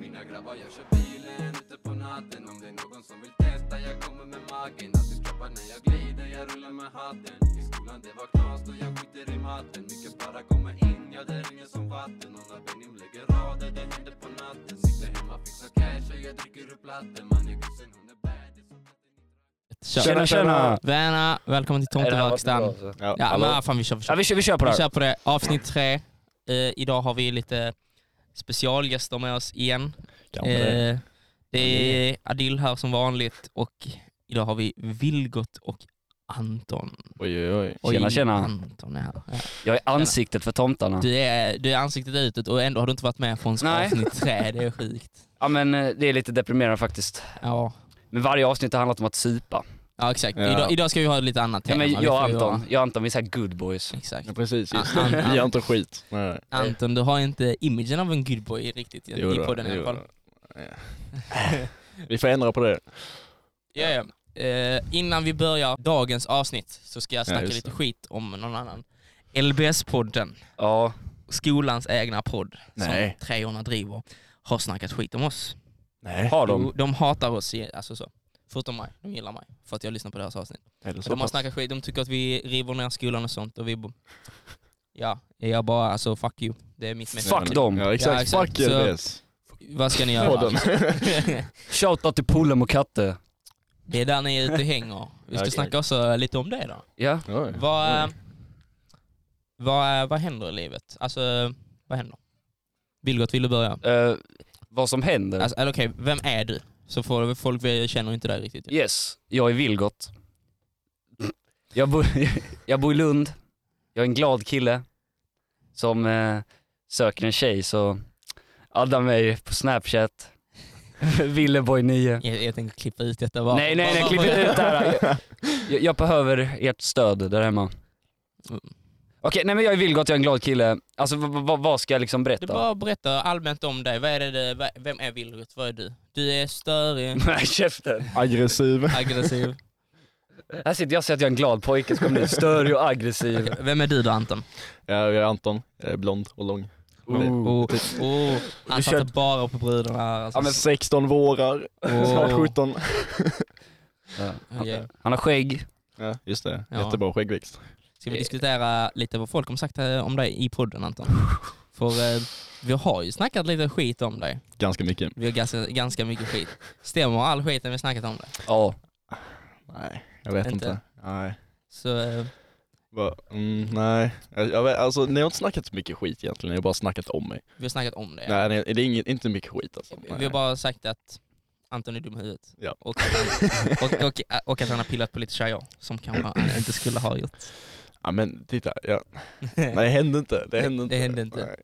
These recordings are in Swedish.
mina grabbar Jag kör bilen ute på natten Om det är någon som vill testa jag kommer med magen Alltid skrapar när jag glider, jag rullar med hatten I skolan det var knas då jag skiter i matten Mycket bara kommer in, ja det ringer som vatten Och när Benim lägger rader det händer på natten Sitter hemma, fixar cash och jag dricker ur platten Man är gussen, hon är bad, det är som katten i Kör. Tjena, tjena. Vänner, välkommen till Nej, det här var inte bra, Tomteverkstan. alltså. Ja, Ja hallå. men fan vi kör, vi Ja, kör. vi, kör, vi kör på det Vi kör här. på det. Avsnitt tre. Eh, idag har vi lite specialgäster med oss igen. Kanske det. Eh, det är Adil här som vanligt och idag har vi Vilgot och Anton. Oj, oj, oj. Oj, Tjena, tjena. Anton är här. Ja. Jag är ansiktet för tomtarna. Du, är, du är ansiktet utåt och ändå har du inte varit med från Nej. avsnitt tre. Det är sjukt. Ja men eh, det är lite deprimerande faktiskt. Ja, Men varje avsnitt har handlat om att supa. ja exakt. Ja. Idag, idag ska vi ha lite annat Ja, tema. men Vi jag får och ju Anton, ha- jag och Anton vi är såhär good boys. Exakt. Ja, precis, just Ah, det. ah, Vi gör inte skit. Nej. Anton, du har inte imagen av en good boy riktigt i- Jo i då, podden i alla jo fall. då. Ja. Vi får ändra på det. Ja, ja. Eh, innan vi börjar dagens avsnitt så ska jag snacka just lite det. skit om någon annan. LBS-podden, Ja, skolans egna podd Nej. som Trejorna driver, har snackat skit om oss. Nej. har Jo, de? De hatar oss, i- alltså så. Förutom mig, de gillar mig för att jag lyssnar på deras avsnitt. Eller så De har pass. snackat skit, de tycker att vi river ner skolan och sånt och vi... bo- Ja, jag bara alltså fuck you. Det är mitt mest. Fuck dem. Ja Ja, exakt, exakt. fuck Så- LBS. Vad ska ni göra? Podden. Shoutout till Pullum och Katte. Det är där ni är ute och hänger. Vi ska Okej. snacka också lite om det då. Ja, Oj. Vad, eh, ehm, Oj. vad, eh, vad händer i livet? Alltså, vad händer? Vilgot, vill du börja? eh, vad som händer. Alltså, eller okej, vem är du? Så får folk vi känner inte dig riktigt. Yes, jag är Vilgot. Jag bor, jag bor i Lund. Jag är en glad kille som eh, söker en tjej så adda mig på snapchat. Villeboy9. Jag, jag tänker klippa ut detta bara. Nej nej nej, Bara- klipp bara- inte ut det här. Jag, jag behöver ert stöd där hemma. Mm. Okej, nej men jag är Vilgot, jag är en glad kille. Alltså v- v- vad ska jag Du liksom berätta? bara berätta allmänt om dig. Vad är det, du- vad- vem är Vilgot? Vad är du? Du är störig, Nej käften. Aggressiv. aggressiv. Här sitter jag och säger att jag är en glad pojke så kommer ni störig och aggressiv. Okej, Vem är du då Anton? Ja, jag är Anton. Jag är blond och lång. Ooh. Oh, oh, han Du kör- satte bara på brudarna. här, Alltså. Oh, Ja, men 16 vårar, snart Åh. 17. Ja. Okej. Han har skägg. Ja, just det. Ja. Jättebra skäggväxt. Ska vi Eh. diskutera lite vad folk har sagt eh, om dig i podden Anton? För eh, vi har ju snackat lite skit om dig. Ganska mycket. Vi har ganska, ganska mycket skit. Stämmer all skiten vi snackat om dig? Ja. Nej, jag vet Inte? inte. Nej. Så eh, Va? Mm, nej, jag, jag vet, alltså ni har inte snackat så mycket skit egentligen, ni har bara snackat om mig. vi har snackat om det. Nej, nej det är inget, inte mycket skit alltså. Nej. Vi har bara sagt att Anton är dum i huvudet. Ja. Och, och, och, och att han har pillat på lite tjejer som kanske han inte skulle ha gjort. Ja men titta, ja. nej det hände inte, det hände inte. Det hände inte. Nej.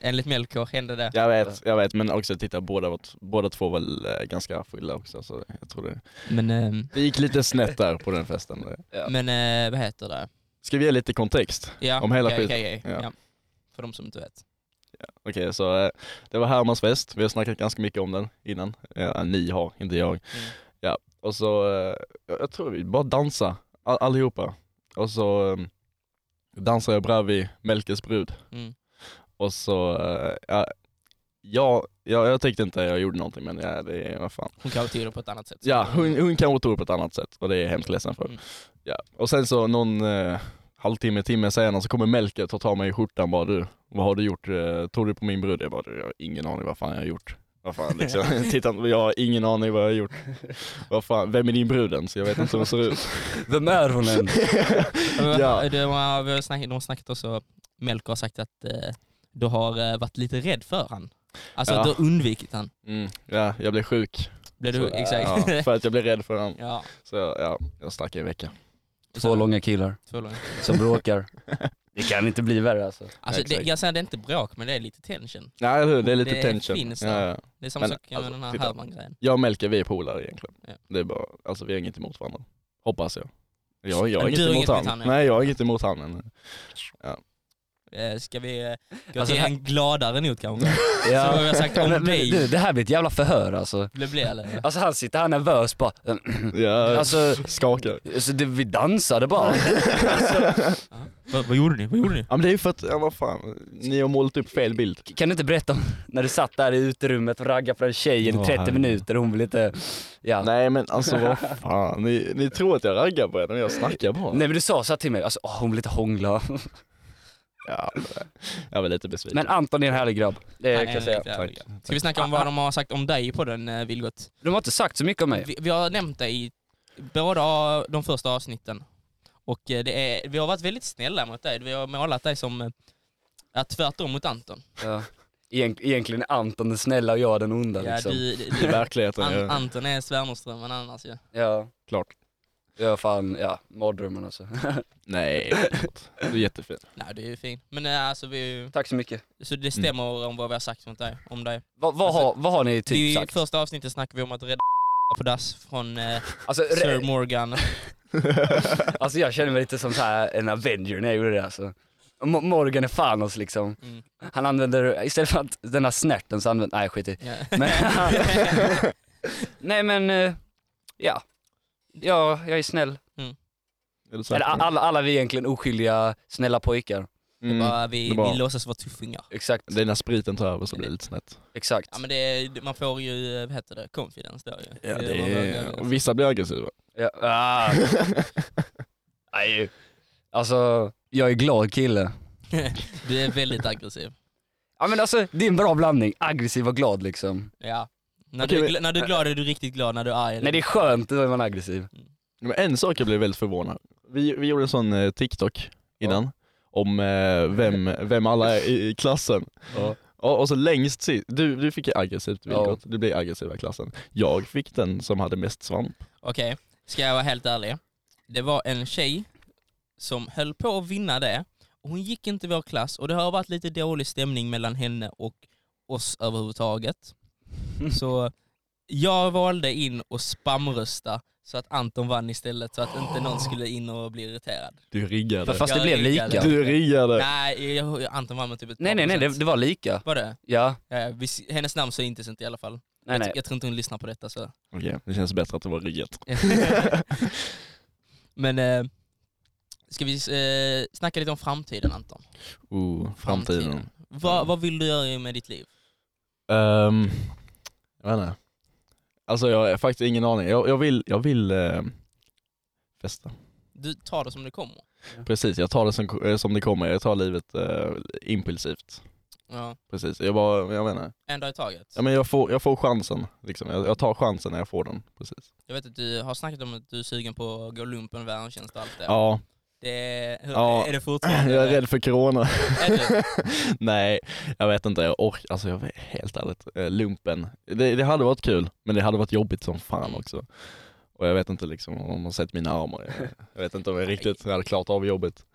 Enligt Melker hände det. Jag vet, jag vet men också titta, båda, vårt- båda två var eh, ganska fulla också så jag tror det. Men, eh, Det gick lite snett där på den festen. men eh, vad heter det? Ska vi ge lite kontext? Ja, Om hela okej, skiten. okej, okej. Ja. Ja. För de som inte vet. Okej, så eh, det var Hermans fest. Vi har snackat ganska mycket om den innan. Ja, ni har, inte Mm. jag. Ja, och så, eh, jag jag tror vi bara dansa all, allihopa. Och så eh, dansar jag bredvid Melkes brud. Mm. Och så, eh, ja, jag, jag, jag tyckte inte jag gjorde någonting men ja, det är, vad fan. Hon kanske tog det på ett annat sätt. Ja, hon, hon kanske tog det på ett annat sätt och det är jag hemskt ledsen för. Mm. Ja. Och sen så någon eh, halvtimme, timme senare så kommer Melker och tar tag i mig i skjortan bara du, vad har du gjort? Eh, Tog du på min brud? Jag bara du, jag har ingen aning vad fan jag har gjort. Vad fan liksom, titta, jag har ingen aning vad jag har gjort. Vad fan, vem är din brud ens? Jag vet inte hur hon ser ut. Vem är hon än? Ja. De, har, vi har snackat, de har snackat också, Melker har sagt att eh, du har eh, varit lite rädd för han. Alltså Ja. att du har undvikit han. Mm, ja, jag blev sjuk. Blev du, Så, eh, exakt. Ja, Ja. för att jag blev rädd för honom. ja. Så jag- ja, jag stack i en vecka. Två långa killar Två långa. som bråkar. Det kan inte bli värre alltså. Alltså, det, Exakt. jag säger det är inte bråk, men det är lite tension. Nej, eller hur? Det är lite Det tension. finns ja, där. ja. Det är samma Men, sak med alltså, den här titta. Herman-grejen. Jag och Melker, vi är polare egentligen. Ja. Det är bara, alltså vi har inget emot varandra. Hoppas jag. Jag, jag har Men du inget har emot inget han. emot han, ja. Nej, jag har inget emot han. Men, ja. Eh, Ska vi eh, gå Alltså, till här- en gladare not kanske? Så vad har jag sagt om men, men, dig? du, det här blir ett jävla förhör alltså. Blev det eller? Alltså han sitter här nervös bara, Ja, Alltså- skakar. Alltså, alltså, det, vi dansade bara. Vad, vad gjorde ni? Vad gjorde ni? Ja men det är ju för att, ja vad fan, ni har målat upp fel bild. Kan du inte berätta om när du satt där i uterummet och raggade på en tjej i Ja, 30 herregud. minuter och hon ville inte, ja. Nej. Nej men alltså vad fan, ni, ni tror att jag raggar på er när jag snackar bara. men du sa så här till mig, alltså åh, hon vill inte hångla. Ja, men jag var lite besviken. Men Anton är en härlig grabb, det kan jag säga. Tack. Ska vi snacka om vad de har sagt om dig på den eh, Vilgot? De har inte sagt så mycket om mig. Vi, vi har nämnt dig i båda de första avsnitten. Och eh, det är, vi har varit väldigt snälla mot dig. Vi har målat dig som eh, ja, tvärtom mot Anton. Ja. Egent- Egentligen är Anton den snälla och jag den onda Ja, liksom. du, I du, verkligheten, An- ja, Anton är Svernerströmmen annars ju. Ja, klart. ja fan, ja, mardrömmen alltså. Nej, förlåt. du är jättefin. Nej, det är ju fint. Men eh, alltså, vi, Tack så mycket. så det stämmer om vad vi har sagt mot dig, om dig. Vad, vad, har, vad har ni typ I sagt? första avsnittet snackade vi om att rädda på dass från eh, Alltså, Sir re- Morgan. alltså jag känner mig lite som så här en Avenger när jag gjorde det alltså. Mo- Morgan är Thanos liksom. Mm. Han använder, istället för att den här snärten så använder, nej skit i. Ja. Men, nej men, eh, ja. Ja, jag är snäll. Är det så? Eller, a- alla, alla vi är egentligen oskyldiga, snälla pojkar. Det är Mm. bara, vi, det är bara- vi låtsas vara tuffingar. Exakt, Det är när spriten tar över så blir det lite snett. exakt. Ja men det, är- man får ju, eh, vad heter det, confidence då ju. Ja, man vågar ju. Och vissa blir aggressiva. Ja. Ah. Nej. Alltså, jag är glad kille. Du är väldigt aggressiv. Ja men alltså, det är en bra blandning. Aggressiv och glad liksom. Ja. När, du, Okej, är men- gla- när du är glad är du riktigt glad, när du är arg är Nej det är skönt, då är man aggressiv. Men en sak jag blev väldigt förvånad. Vi, vi gjorde en sån eh, TikTok innan om eh, vem, vem alla är i, i klassen. Ja. Ja, och så längst sist, du, du fick ju aggressivt Ja. vilket, du blev aggressiva i klassen. Jag fick den som hade mest svamp. Okej, ska jag vara helt ärlig. Det var en tjej som höll på att vinna det, och hon gick inte i vår klass och det har varit lite dålig stämning mellan henne och oss överhuvudtaget. Så jag valde in och spamrösta så att Anton vann istället så att inte någon skulle in och bli irriterad. Du riggade. Fast det Jag blev riggade. lika. Du riggade. Nej, jag, Anton vann med typ ett Nej par nej nej, det, procent. det var lika. Var det? Ja, Ja, ja, vi, hennes namn säger inte sånt i alla fall. nej nej. Jag tror inte hon lyssnar på detta så. Okej, det känns bättre att det var riggat. Men eh, ska vi eh, snacka lite om framtiden Anton? Oh, framtiden. Mm. Vad, vad vill du göra med ditt liv? Ehm, jag vet inte. Alltså jag har faktiskt ingen aning. Jag, jag vill, jag vill eh, festa. Du tar det som det kommer. Precis, jag tar det som, eh, som det kommer. Jag tar livet eh, impulsivt. Ja. Precis, jag bara, jag vet inte. En dag i taget. Ja, men jag, får, jag får chansen. Liksom. Jag, jag tar chansen när jag får den. Precis. Jag vet att du har snackat om att du är sugen på att gå lumpen, värntjänst och allt det. Ja, det är, hur, Ja. är det fortfarande? jag är rädd för corona. Är du? Nej, jag vet inte. Jag orkar, alltså jag vet, helt ärligt, eh, lumpen. Det, det hade varit kul, men det hade varit jobbigt som fan också. Och jag vet inte liksom om man sett mina armar. Jag, jag vet inte om jag riktigt hade klart av jobbet.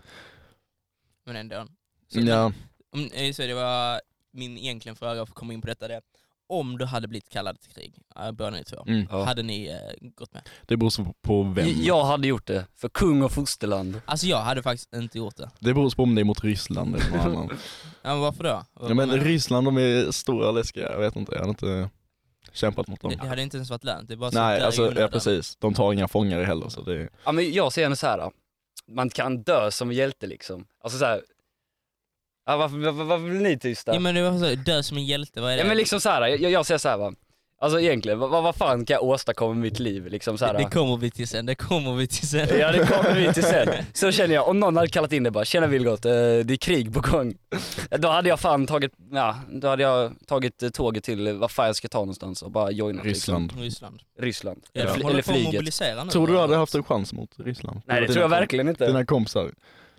Men ändå. Så, Ja, om, eh, så det var min egentligen fråga, för att komma in på detta, det. är, Om du hade blivit kallad till krig, eh, båda ni två, mm. Ja. hade ni eh, gått med? Det beror så på vem. Jag hade gjort det, för kung och fosterland. Alltså jag hade faktiskt inte gjort det. Det beror på om det är mot Ryssland eller någon annan. Ja, men varför då? Vad Ja, men menar du? Ryssland de är stora läskiga, jag vet inte, jag hade inte kämpat mot dem. det, det hade inte ens varit lönt, det är bara sånt Nej där i alltså, ja onödan. precis, de tar inga fångar heller så det är... Ja men jag ser henne så här. man kan dö som hjälte liksom. Alltså så här. Ja, varför, varför, varför blir ni tysta? Ja men det var så, dö som en hjälte, vad är det? Ja men liksom så här. jag, jag säger så här va. Alltså egentligen, vad, vad fan kan jag åstadkomma med mitt liv liksom så här. det, det kommer vi till sen, det kommer vi till sen. Ja det kommer vi till sen. Så känner jag, om någon hade kallat in det bara, tjena Vilgot, eh, det är krig på gång. Då hade jag fan tagit, ja, då hade jag tagit eh, tåget till eh, vad fan jag ska ta någonstans och bara joinat liksom. Ryssland. Ryssland. Ryssland. Ja, Eller, de fly- håller eller på att flyget. mobilisera nu. Tror du du hade haft en chans mot Ryssland? Nej Du det och tror jag dina- verkligen inte. Dina kompisar,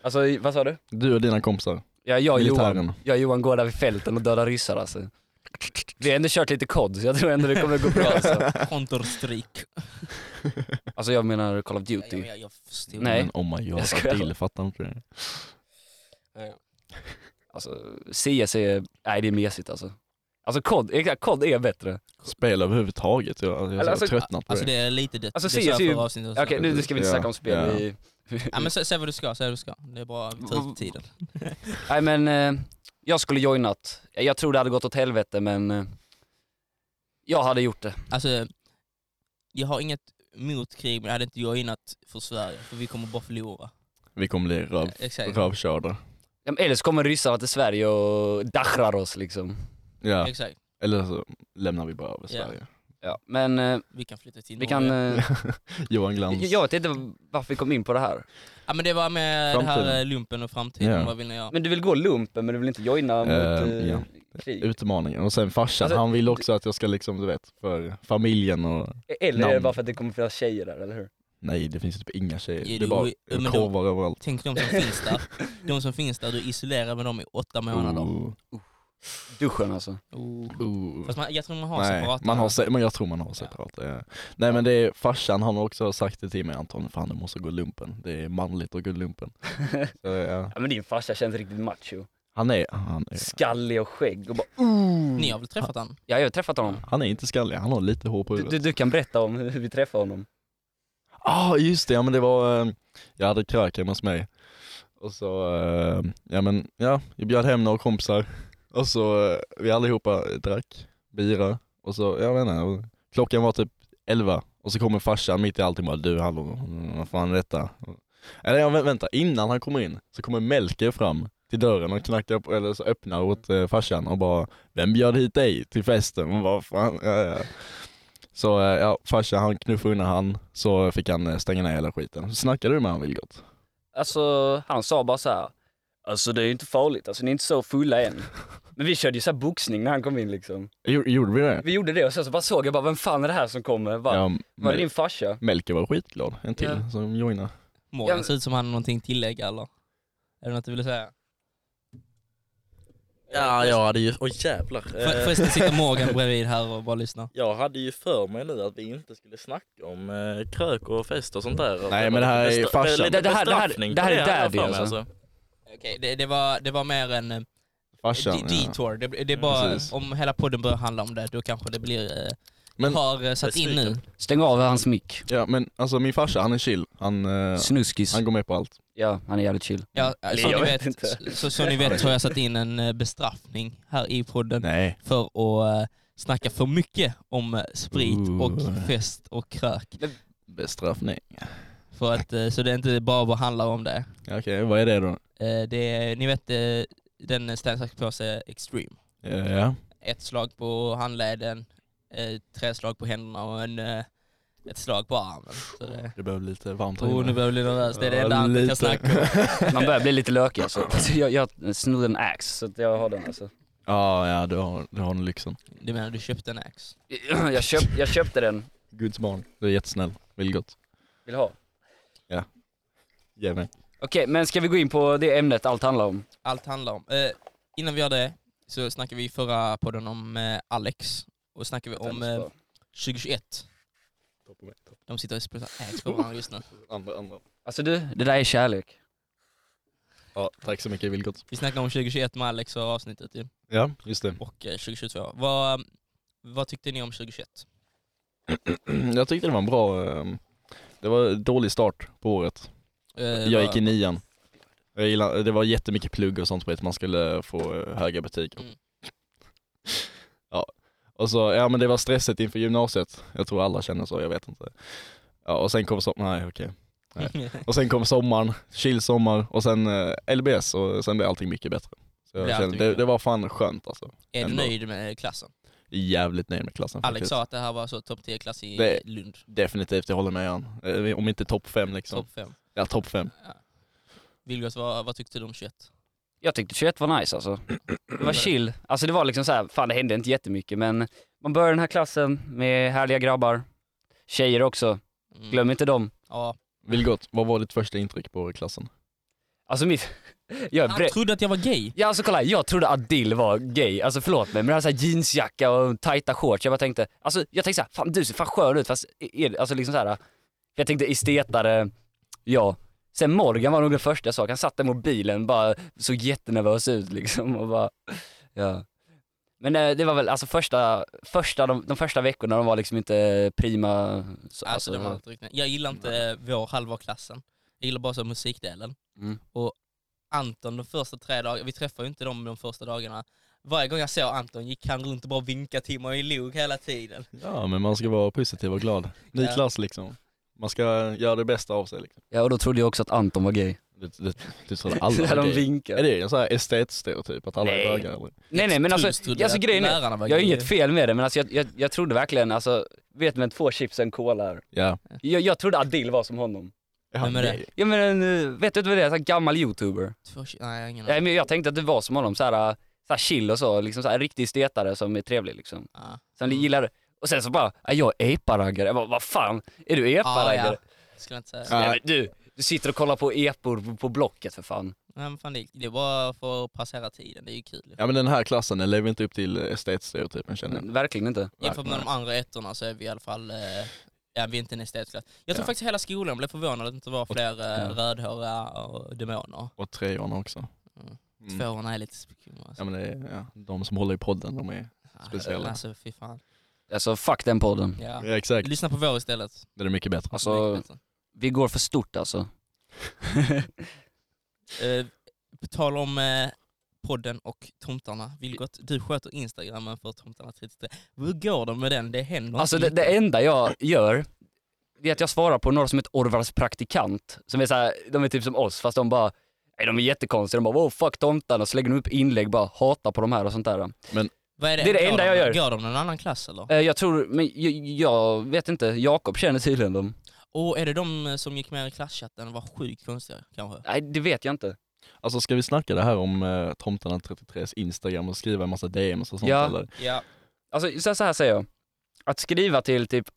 Alltså i- vad sa du? du och dina kompisar, Ja, jag och Johan, militären. jag och Johan går där vid fälten och dödar ryssar alltså. Vi har ändå kört lite kod så jag tror ändå det kommer gå bra alltså. Counter-Strike. Alltså jag menar Call of Ja, Duty. men jag, jag förstod. Nej. Men oh my god, Jag skojar. Adil fattar inte det. Alltså CS är, nej det är mesigt alltså. Alltså kod, exakt, kod är bättre. Spel överhuvudtaget, jag, jag har alltså, tröttnat på Alltså det. det är lite dött. Alltså, det sa jag CS är ju- förra avsnittet också. Okej nu nu ska vi inte Ja, snacka om spel, ja. vi Ja, men sä- säg vad du ska, säg vad du ska. Det är bra att ta ut tiden. Nej men, eh, jag skulle joinat. Jag tror det hade gått åt helvete men eh, jag hade gjort det. Alltså, jag har inget mot krig men jag hade inte joinat för Sverige för vi kommer bara förlora. Vi kommer bli röv, Exakt. rövkörda. Ja, men Eller så kommer ryssarna till Sverige och dachrar oss liksom. Ja. Exakt. Eller så lämnar vi bara över Ja. Sverige. Ja. Men eh, Vi kan flytta till vi Norge. kan... Eh, Johan jag, Glans. jag vet inte varför vi kom in på det här. Ja men det var med det Framtiden. här eh, lumpen och framtiden, Ja. vad vill ni göra? Men du vill gå lumpen men du vill inte joina mot Eh, eh, ja. krig? Utmaningen. Och sen farsan, Alltså, han vill också att jag ska liksom, du vet, för familjen och Eller är det namn. bara för att det kommer finnas tjejer där, eller hur? nej det finns typ inga tjejer. Jo, det är bara jo, men då- korvar överallt. Tänk de som finns där, de som finns där, du isolerar med dem i åtta månader. Ooh, Duschen alltså. Oh. ooh. Fast man, jag tror man har Nej, separata. man har se- men jag tror man har separat. Ja. Nej men det är, farsan han har också sagt det till mig Anton, fan du måste gå lumpen. Det är manligt att gå lumpen. Så, ja. Ja men din farsa känns riktigt macho. han, är, han, är, Skallig och skägg och bara Ni har väl träffat han? Ja jag har träffat honom. han är inte skallig, han har lite hår på Du, huvudet. du, du kan berätta om hur vi träffade honom. Ja ah, just det, ja men det var, eh, jag hade krök hemma hos mig. Och så, eh, ja men ja, jag bjöd hem några kompisar. Och så eh, vi allihopa drack bira. Och så, jag vet inte, och klockan var typ 11. Och så kommer farsan mitt i allting bara du hallå, mm, vad fan är detta? Eller jag vä- vänta, innan han kommer in så kommer Melker fram till dörren och knackar på, eller så öppnar åt eh, farsan och bara Vem bjöd hit dig till festen? Och vad fan? Ja, ja. Så eh, ja, farsan han knuffade undan han, så fick han eh, stänga ner hela skiten. Så snackade du med han Vilgot? Alltså han sa bara så här. Alltså det är ju inte farligt, alltså ni är inte så fulla än. Men vi körde ju så här boxning när han kom in liksom. Jo- Gjorde vi det? Vi gjorde det och sen så bara såg jag bara, vem fan är det här som kommer? Bara, Ja, var det Mel- din farsa? Melker var skitglad, en till Ja. som joinade. Morgan Ja. ser ut som han har någonting tillägga eller? Är det något du vill säga? Ja, jag hade ju... Oj jävlar. För, Eh, förresten sitter Morgan bredvid här och bara lyssnar. Jag hade ju för mig nu att vi inte skulle snacka om eh, krök och fest och sånt där. Nej, men det här är Bestra- farsan. lite Det- det här- det här- bestraffning det här är på hade jag daddy, för mig, alltså. Okej, det, det, var, det var mer en eh, Farsan, de- detour. Det, det är Mm, bara, Alltså, precis. om hela podden börjar handla om det, då kanske det blir... Eh, Men- har eh, satt in nu. Stäng av hans mick. ja men alltså min farsa han är chill, han, eh, Snuskis. han går med på allt. Ja, han är jävligt chill. Ja, eh, som, jag ni vet, vet inte. så, som ni vet så har jag satt in en eh, bestraffning här i podden Nej. för att eh, snacka för mycket om eh, sprit Ooh. och fest och krök. Bestraffning. För att, eh, så det är inte bara vad handlar om det. Okej, vad är det då? Eh, det är, ni vet eh, den stansaxpåse Extreme. Ja, ja. Ett slag på handleden, eh, tre slag på händerna och en, eh, ett slag på armen. Så det, Det behöver lite varmt oh, nu börjar jag bli nervös, det är det enda Ante kan snacka om. Man börjar bli lite lökig alltså. alltså jag, jag snodde en ax så att jag har den alltså. Ja, ja du har, du har den lyxen. Du menar du köpte en ax? Jag, köp, jag köpte den, Guds barn. Du är jättesnäll. Vilgot. vill ha. Ge mig. Okej, men ska vi gå in på det ämnet allt handlar om? Allt handlar om. Eh, innan vi gör det så snackade vi i förra podden om eh, Alex och snackade vi om eh, 2021. De sitter och spelar ax på varandra just nu. Andra, andra. Alltså du, det där är kärlek. Ja, tack så mycket Vilgot. Vi snackade om 2021 med Alex och avsnittet ju. Ja, just det. och eh, 2022. Vad, vad tyckte ni om 2021? Jag tyckte det var en bra, ehm, det var en dålig start på året. Eh, Jag vad- gick i nian. Jag gillar, det var jättemycket plugg och sånt skit, man skulle få eh, höga betyg. Mm. Ja, och så, ja men det var stresset inför gymnasiet. Jag tror alla känner så, jag vet inte. Ja, och sen kom sommaren, nej okej. Och sen kom sommaren, chill sommar och sen eh, LBS och sen blev allting mycket bättre. Så jag Blev kände, allting det, mycket det var fan skönt alltså. är du ändå. nöjd med klassen? Jävligt nöjd med klassen Alex faktiskt. sa att det här var så topp 10-klass i Det- Lund. Definitivt, jag håller med Jan. Eh, Om inte topp fem liksom. Topp 5. Ja, topp fem. Vilgot, vad, vad tyckte du om 21? Jag tyckte 21 var nice alltså. Det var chill. Alltså det var liksom så här, fan det hände inte jättemycket men man börjar den här klassen med härliga grabbar. Tjejer också, Mm. glöm inte dem. Ja. Vilgot, vad var ditt första intryck på klassen? Alltså mitt... Jag är Han bre- trodde att jag var gay. Ja alltså kolla, här, jag trodde Adil var gay, alltså förlåt mig men han hade så här jeansjacka och tajta shorts, jag bara tänkte, alltså jag tänkte såhär, fan du ser fan skön ut fast, är, alltså liksom såhär, jag tänkte estetare, ja. Sen Morgan var nog den första jag såg, han satt där mot bilen bara såg jättenervös ut liksom och bara, ja. Men eh, det var väl alltså första, första de, de första veckorna de var liksom inte prima, så, Alltså, de var inte riktigt. Jag gillar inte eh, vår halva av klassen. Jag gillar bara så här musikdelen. Mm. Anton de första tre dagarna, vi träffar ju inte dem de första dagarna. Varje gång jag såg Anton gick han runt och bara vinkade till mig och log hela tiden. Ja men man ska vara positiv och glad. Ny Ja. klass liksom. Man ska göra det bästa av sig liksom. Ja och då trodde jag också att Anton var gay. Det, det, det tror jag alla När är de gay. Är vinkar. det en sån här estetstereotyp att alla Nej. är bögar? eller? Nej nej men alltså, Tusen trodde alltså att grejen är, lärarna var jag har gay. inget fel med det men alltså jag, jag, jag trodde verkligen alltså, vet med två chips och en cola. här. Ja. Jag, jag trodde Adil var som honom. Ja, Vem är det? gay. Ja men eh, vet du vad det är? Så här gammal Mm. youtuber. Två, tje- nej, jag har ingen Ja, aning. men jag tänkte att du var som honom, så här, eh, så här chill och så, liksom så här, en riktig stetare som är trevlig liksom. Ja. Som Mm. gillar, och sen så bara, "Ja, jag är eparaggare. Jag bara, vad fan, är du eparaggare? ah, Ja, ja. Skulle jag inte säga. Ah, Ja. Nej men du, du sitter och kollar på epor på- på Blocket för fan. Nej, men fan, det, det är bara för att passera tiden, det är ju kul. Ja men den här klassen den lever inte upp till estetstereotypen känner jag. Verkligen inte. Jämfört med de andra ettorna så är vi i alla fall, eh, ja vi är inte en estetklass. Jag tror Ja. faktiskt hela skolan blev förvånad att det inte var fler eh, rödhåriga och demoner. Och treorna också. Mm. Mm. Tvåorna är lite skumma. Ja Alltså. men det är, ja, de som håller i podden, de är... Ja, speciella. Alltså fy fan. Alltså fuck den podden. Ja. Ja, exakt, Lyssna på vår istället. det är mycket bättre. Alltså- Mycket bättre. Vi går för stort alltså. Eh, på tal om eh, podden och tomtarna. Vilgot, du sköter instagrammen för tomtarna 33. Hur går det med den? Det händer Alltså inte det, det enda jag gör, det är att jag svarar på några som heter Orvars praktikant. Som är så här, de är typ som oss fast de bara, nej de är jättekonstiga. De bara wow fuck tomtarna, så lägger de upp inlägg bara hatar på de här och sånt där. Vad är det? det är det Går enda de- jag gör. Går de någon annan klass eller? Eh, Jag tror, men jag, jag vet inte, Jakob känner tydligen dem. Och är det de eh, som gick med i klasschatten och var sjukt konstiga kanske? Nej det vet jag inte. Alltså ska vi snacka det här om eh, Tomtarna 33s Instagram och skriva en massa DMs och sånt Ja. eller? Ja. Alltså så, så här säger jag, att skriva till typ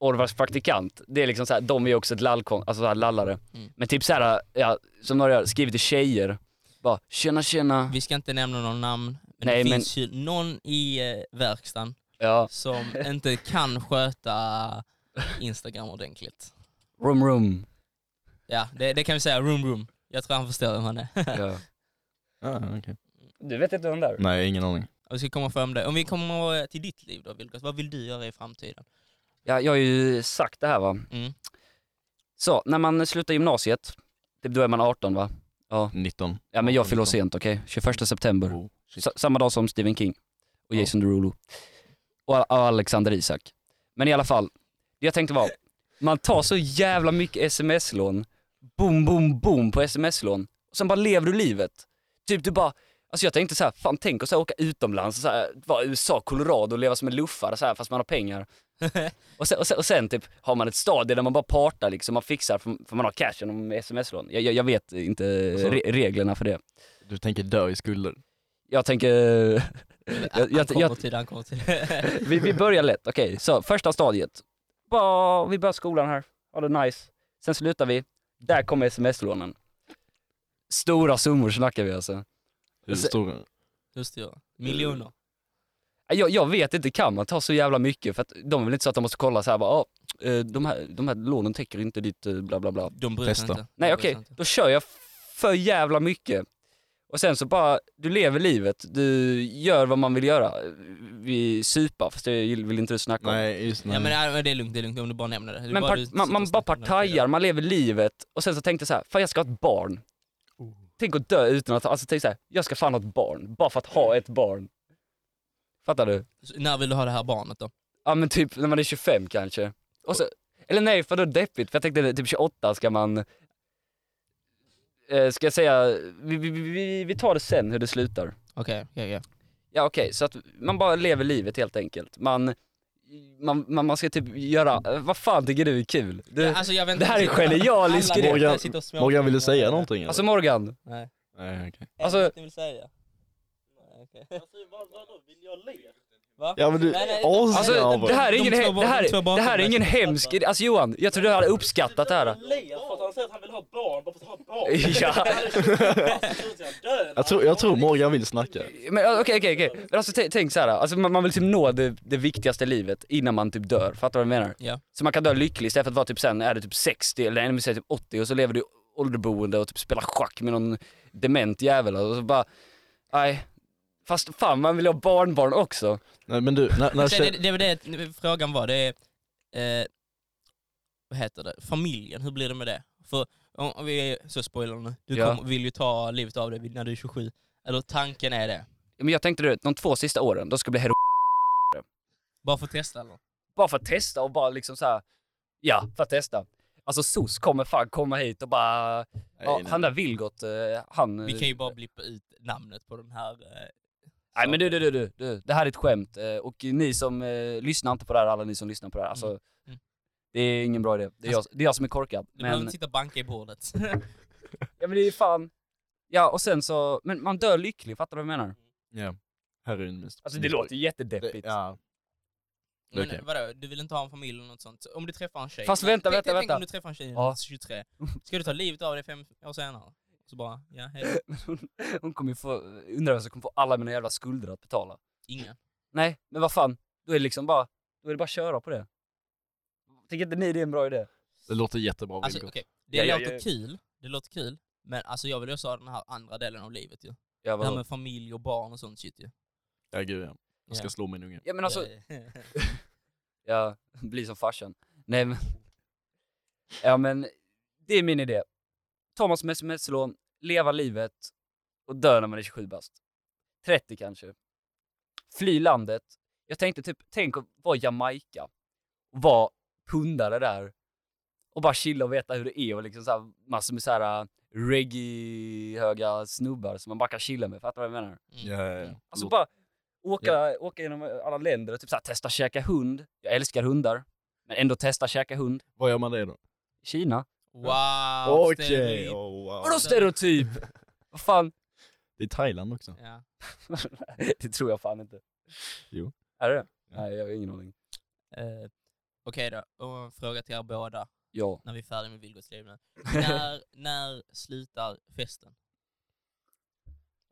Orvars praktikant, det är liksom så här, de är också ett lallkon, alltså så här lallare. Mm. Men typ så här, ja, som några skriver till tjejer, bara tjena tjena. Vi ska inte nämna någon namn, men Nej, det men- finns ju någon i eh, verkstaden Ja, som inte kan sköta instagram ordentligt. rum rum. Ja, det, det kan vi säga. Room room. Jag tror han förstår vem han är. Ja. Ah, Du vet inte vem det är? Nej, ingen aning. Och vi ska komma fram det. Om vi kommer eh, till ditt liv då, Vilgot, vad vill du göra i framtiden? Ja, jag har ju sagt det här va. Mm. Så, när man slutar gymnasiet, typ då är man 18 va? 19. Ja men jag fyller sent okej, 21 september. Oh, shit. S- samma dag som Stephen King och Ja. Jason Derulo. Och Al- Alexander Isak. Men i alla fall, det jag tänkte var, man tar så jävla mycket sms-lån, boom, boom, boom på sms-lån. Och sen bara lever du livet. Typ du bara, alltså jag tänkte så här, fan tänk att så här, åka utomlands, och så här, vara i USA, Colorado och leva som en luffare så här, fast man har pengar. och, sen, och, sen, och sen typ har man ett stadie där man bara partar liksom, man fixar för, för man har cashen om sms-lån. Jag, jag, jag vet inte Alltså- re- reglerna för det. Du tänker dö i skulder. Jag tänker... Jag, han jag, kommer jag, till det, han kommer till det. vi, vi börjar lätt, okej. Så första stadiet. Bara, vi börjar skolan här, ha det nice. Sen slutar vi, där kommer sms-lånen. Stora summor snackar vi alltså. Hur Alltså- stor? Just det, ja. Miljoner. Eh, Äh, Jag, jag vet inte, kan man ta så jävla mycket? För att de är väl inte så att de måste kolla så här bara, ah, eh, de, här, de här lånen täcker inte ditt eh, bla bla bla. De bryr sig Testa. inte. Nej De bryr sig okej, inte. då kör jag för jävla mycket. Och sen så bara, du lever livet, du gör vad man vill göra. Vi supar, fast det vill inte du snacka om. Nej, just nej. Ja, men, nej, men det är lugnt, det är lugnt om du bara nämner det. det. är Mm. Men bara, du part, man, sitter man och bara snackar om det hela tiden. partajar, man lever livet och sen så tänkte jag så här, fan jag ska ha ett barn. Tänk att dö utan att, alltså tänk så här, jag ska fan ha ett barn, bara för att ha ett barn. Fattar du? Så När vill du ha det här barnet då? Ja men typ när man är 25 kanske. Och så, eller nej för då är det deppigt, för jag tänkte typ 28 ska man, eh, ska jag säga, vi, vi, vi, vi tar det sen hur det slutar. Okej, Eh, okej, okej. Ja okej, så att man bara lever livet helt enkelt. Man, man, man, man ska typ göra, vad fan tycker du är kul? Du, Ja, alltså, jag vet det här är inte- genialiskt Alla grepp. sitter- sitter och småpratar. Morgan, vill du säga någonting? eller? alltså Morgan, Nej. Nej, okej. Alltså- Är det något ni vill säga? Nej, okej. Va? Ja men du, Nej, nej, Åh, alltså ja, det vad- här är De ingen, två he- bak- det här, de två är- det här är bakom ingen hemsk, alltså Johan, jag tror du hade uppskattat det här. ler för att han säger att han vill ha ett barn bara för att ha ett barn. Ja. jag, tror, jag tror Morgan vill snacka. Men ja, okej, okej, okej. Men alltså t- tänk så här. alltså man, man vill typ nå det, det viktigaste i livet innan man typ dör, fattar du vad jag menar? Ja. Så man kan dö lycklig istället för att vara typ sen, är du typ 60 eller nej, men säg typ 80 och så lever du i ålderboende och typ spelar schack med någon dement jävel och så bara, nej. Fast fan man vill ju ha barnbarn också. Nej men du, när, när Så det, det var det frågan var. Det är, eh, vad heter det? Familjen, hur blir det med det? För om om vi är så spoiler nu, du Ja. kommer- vill ju ta livet av dig vid- när du är 27. Eller tanken är det. Men jag tänkte du, de två sista åren, då ska jag bli heroin. Bara för att testa eller? Bara för att testa och bara liksom så här. ja, för att testa. Alltså SOS kommer fan komma hit och bara, ja, han där Vilgot, eh, han... Vi eh, kan ju bara blippa ut namnet på den här... eh, Nej men du, du, du, du, du, det här är ett skämt. Eh, Och ni som eh, lyssnar inte på det här, alla ni som lyssnar på det här, alltså, Mm. Alltså- det är ingen bra idé. Det är jag, det är jag som är korkad. Du behöver Men, inte sitta och banka i bordet. ja men det är fan, ja och sen så, men man dör lycklig, fattar du vad jag menar? Ja. Heroin. Alltså Mm. det låter ju jättedeppigt. Ja. Men Okej. vadå, du vill inte ha en familj eller något sånt? Om du träffar en tjej... Fast vänta, Tänk- vänta, tänk vänta. om du träffar en tjej när Ja. du är 23. Ska du ta livet av dig fem år senare? Så bara, ja, hej då. Hon kommer ju få, undrar vem som kommer få alla mina jävla skulder att betala. Ingen. Nej, men vad fan, då är det liksom bara, då är det bara att köra på det. Tycker inte ni det är en bra idé? Det låter jättebra. Alltså Vilgot. okej, det Ja, ja, låter ja. kul, det låter kul. Men alltså jag vill också ha den här andra delen av livet ju. Ja, Det här vadå? med familj och barn och sånt shit ju. Ja gud ja. Jag ska Ja. slå min unge. ja men alltså, Ja, ja. Ja, bli som farsan. Nej men... Ja men, det är min idé. Thomas med sms-lån, leva livet och dö när man är 27 bast. 30 kanske. Fly landet. Jag tänkte typ, tänk att vara Jamaica. Och vara pundare där. Och bara chilla och veta hur det är och liksom så här, massor med så här äh, reggae-höga snubbar som man bara kan chilla med. Fattar du vad jag menar? Mm. ja, ja. Alltså Låt- bara åka, åka genom alla länder och typ så här, testa käka hund. Jag älskar hundar, men ändå testa käka hund. Vad gör man det då? Kina. Wow! stereotyp. oh, wow. Vadå stereotyp? Vad fan? Det är Thailand också. Ja. det tror jag fan inte. Jo. Är det Ja. Nej, jag har ingen aning. Eh, Okej då, och en fråga till er båda Ja. när vi är färdiga med Vilgots liv nu. När, när slutar festen?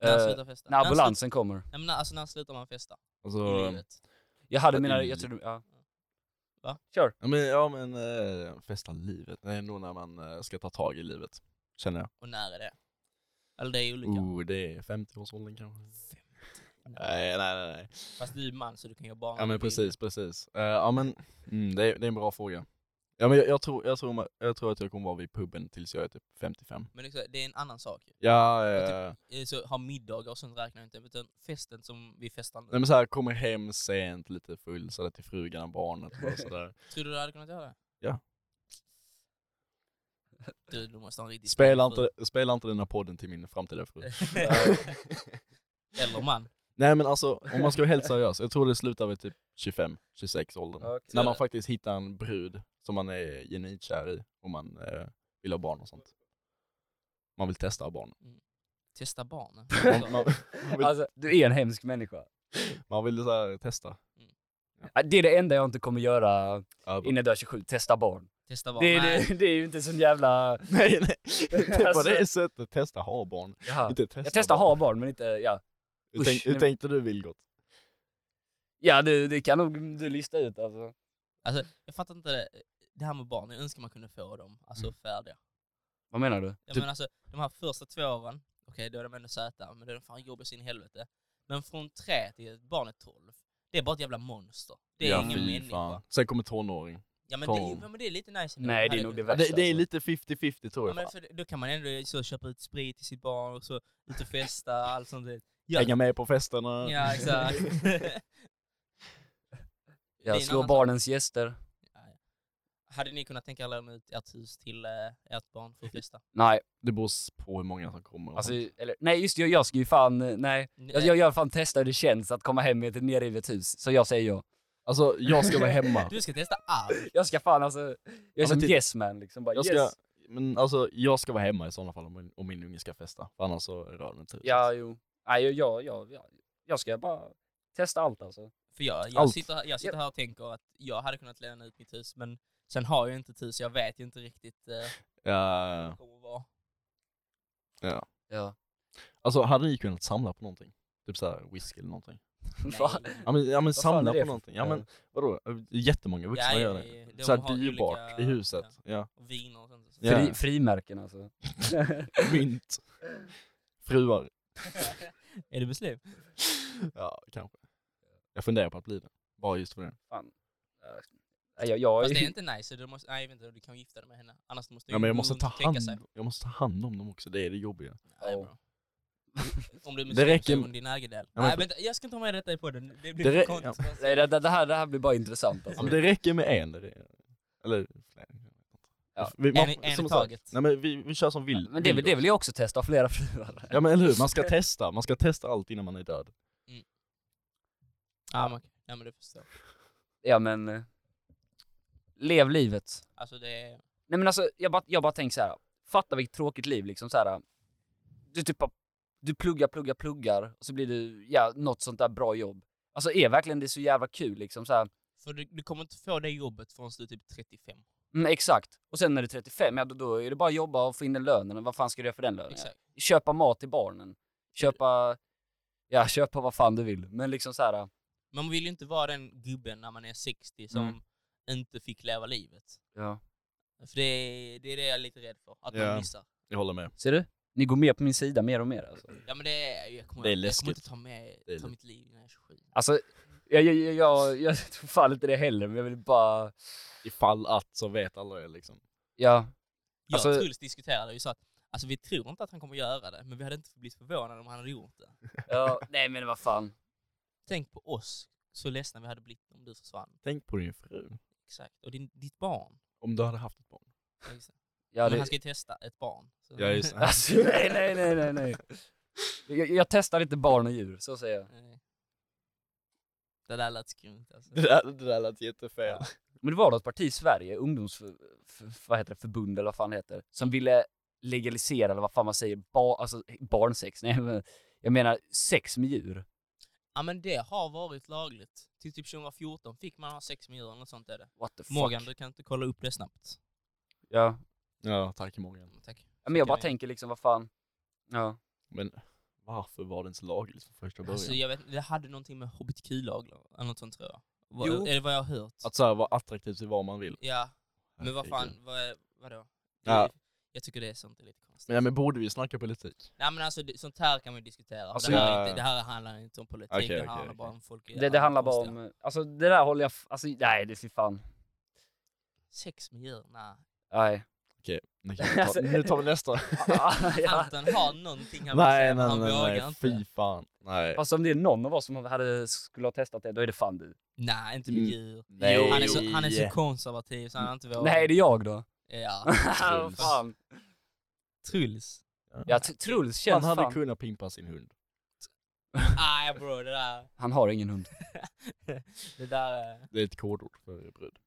När Eh, slutar festen? när eh, slutar, ambulansen kommer. nej, men när, alltså när slutar man festa? I Alltså, livet? Jag hade Ja, det mina, är- jag trodde, ja. Va? Kör. ja men, ja, men eh, festa livet. Det är nog när man eh, ska ta tag i livet. Känner jag. Och när är det? Eller det är olika. Oh, det är 50-årsåldern kanske. Nej, nej, nej. nej. Fast du är man så du kan göra barn. Ja men precis, precis. Eh, ja men mm, det, är, det är en bra fråga. Ja men jag, jag, tror, jag, tror, jag tror att jag kommer vara vid puben tills jag är typ 55. Men liksom, det är en annan sak. ju. Ja, Jag eh, Eh, Så ha middagar och sånt räknar jag inte. Utan festen som vi festar nu. nej, men så här, kommer hem sent, lite full, sådär till frugan och barnet och sådär. Tror du du hade kunnat göra det? Ja. Du, du måste ha en riktig Spela fru. inte, spela inte den här podden till min framtida fru. Eller man. Nej men alltså, om man ska vara helt seriös, jag tror det slutar vid typ 25-26 åldern. Okej. När man faktiskt hittar en brud som man är genuint kär i och man eh, vill ha barn och sånt. Man vill testa ha barn. Testa barnen. Man, man, Alltså, du är en hemsk människa. man vill så här, testa. Ja, Det är det enda jag inte kommer göra Ja, innan jag dör 27, testa barn. Testa barn. Det är, Nej. det, det är ju inte sån jävla... Nej, nej. Inte på Alltså. det sättet. Testa ha barn. Jaha. Inte testa Jag testar barn. ha barn, men inte, ja. Hur, tänk, Usch, hur nej. tänkte du Vilgot? Ja, det, det kan nog du lista ut alltså. Alltså, jag fattar inte det. Det här med barn, jag önskar man kunde få dem alltså, Mm. färdiga. Vad menar du? Typ, Typ- Jag menar alltså, de här första två åren, okej då är de ändå söta, men då är de fan jobbiga sin helvete. Men från tre till att barnet är tolv, det är bara ett jävla monster. Det är Ja, ingen fy människa. fan. Sen kommer tonåring. Ja men, det, Tolv. ja men det är lite nice ändå. Nej, det Hade är nog det kunnat- Ja, det, värsta. det är alltså. lite 50-50 Ja, tror jag. men för, då kan man ändå så köpa ut sprit till sitt barn och så ut och festa, allt sånt där. Ja, Hänga med på festerna. ja exakt. Det är en Jag slår annan barnens gäster. Hade ni kunnat tänka er att låna ut ert hus till eh, ert barn Alltså, för att festa? Nej, Det beror på hur många som kommer. och alltså, sånt. eller, nej just det, jag ska ju fan, eh, nej. Jag, jag gör fan testa hur det känns att komma hem med ett nerrivet hus, så jag säger ja. alltså jag ska vara hemma. Du ska testa allt. Jag ska fan alltså, jag men är som titta. yes man liksom. Bara, Jag ska, yes. men alltså, jag ska vara hemma i sådana fall om min, om min unge ska festa. För annars så rör den inte huset. Ja, jo. Nej, jag, jag, jag, jag, jag ska bara testa allt alltså. För jag, jag, Allt. sitter, här- jag sitter här och tänker att jag hade kunnat lämna ut mitt hus men sen har jag inte ett hus, jag vet ju inte riktigt eh, hur det Ja, kommer att vara. Ja. alltså hade ni kunnat samla på någonting? Typ såhär whisky eller någonting? Va? Nej. Ja men, ja, fan är men det samla på för- någonting. Ja men vadå? Jättemånga vuxna Ja, gör ja, det. ja, de Såhär har dyrbart olika- i huset. Ja. Och viner och sånt. Ja. Fri, frimärken alltså. Mynt. Fruar. Är det beslut? Ja, kanske. Jag funderar på att bli det. Bara just för det. fan. Jag, jag, Fast det är inte nice, du måste, nej jag vet inte, du kan ju gifta dig med henne. Annars måste Ja, ju men jag måste, hon ta tänka hand, sig. jag måste ta hand om dem också, det är det jobbiga. Nej, bro. Om du är Det muslim så räcker- är hon din ägodel. men- Nej vänta, jag ska inte ha med detta i podden. Det blir Det för rä- konstigt. nej, det, det, här, det här blir bara intressant Ja, alltså. men det räcker med en. Eller, eller flera. Ja. Vi, En i- en i som sagt, taget. Nej, men vi, vi kör som vill. Men det, vill- det vill jag också testa, ha flera fruar. Ja men eller hur, man ska testa. Man ska testa allt innan man är död. Ja men okej, ja, men du förstår. Ja men, eh, lev livet. Alltså det är... Nej men alltså, jag bara, jag bara tänker så här. fatta vilket tråkigt liv liksom så här. Du typ bara, du pluggar, pluggar, pluggar och så blir du, ja, något sånt där bra jobb. Alltså är verkligen det så jävla kul liksom så här. För du, du kommer inte få det jobbet förrän du är typ 35. Mm, exakt. Och sen när du är 35, ja då, då är det bara att jobba och få in den lönen. Vad fan ska du göra för den lönen? Exakt. Köpa mat till barnen. Köpa, ja köpa vad fan du vill. Men liksom så här. Man vill ju inte vara den gubben när man är 60 som Mm. inte fick leva livet. ja. För det är, det är det jag är lite rädd för, att Ja. man missar. Jag håller med. Ser du? Ni går med på min sida mer och mer alltså. Ja men det är, jag kommer, Det är jag läskigt. kommer inte ta med Det är ta lä- mitt liv när jag är 27. Alltså, jag, jag, jag, jag, jag tror fan inte det heller, men jag vill bara... Ifall att så vet alla det liksom. Ja, Jag Alltså- och Truls diskuterade ju så att alltså, vi tror inte att han kommer göra det, men vi hade inte blivit förvånade om han hade gjort det. ja nej men vad fan. Tänk på oss, så ledsna vi hade blivit om du försvann. Tänk på din fru. Exakt. Och din, ditt barn. Om du hade haft ett barn. Ja, just det. Ja, Men det, han ska ju testa ett barn. Så. Ja, just det. alltså, nej, nej, nej, nej, nej. Jag, jag testar inte barn och djur, så säger jag. Nej. Det där lät skumt alltså. Det där, det där lät jättefel. Men det var då ett parti i Sverige, ungdoms... För, vad heter det? Förbund eller vad fan det heter, som ville legalisera, eller vad fan man säger, ba, alltså, barnsex. Nej, men, jag menar sex med djur. Ja men det har varit lagligt. Till typ 2014 fick man ha sex med djur eller något sånt är det. What the fuck? Morgan, du kan inte kolla upp det snabbt? Ja. Ja, tack Morgan. Tack. ja, men jag bara Okej. tänker liksom, vad fan. Ja. Men varför var det inte lagligt från första början? Alltså jag vet det hade någonting med hbtq-lagar eller något sånt tror jag. Vad, Jo. Är det vad jag har hört? Att såhär vara attraktiv till vad man vill. Ja, men vad Herregud. fan, vad, är- vadå? Det, Ja. Jag tycker det är sånt är lite konstigt. Men, ja, men borde vi snacka politik? Nej men alltså det, sånt här kan man ju diskutera. Alltså, det, här är jag- inte, det här handlar inte om politik, Okej, det här okej, handlar okej. bara om folk i Det, det handlar bara konstiga. om, alltså det där håller jag, f- alltså nej det är fy fan, Sex med djur? Nej. nej. Nu, kan vi ta, nu tar vi nästa. ja. Anton har någonting han vill nej, säga, men nej, han nej, vågar nej, inte. fy fan. Nej. Fast om det är någon av oss som hade, skulle ha testat det, då är det fan du. Nej, inte med Mm. djur. Nej. Han är, så, han är så konservativ så han har inte vågat. Nej, det är jag då. Ja. Vad fan. Truls. Ja, Tr- Truls Han känns hade fan. kunnat pimpa sin hund. Nej bro, det där, Han har ingen hund. det där är... Det är ett kodord för brud.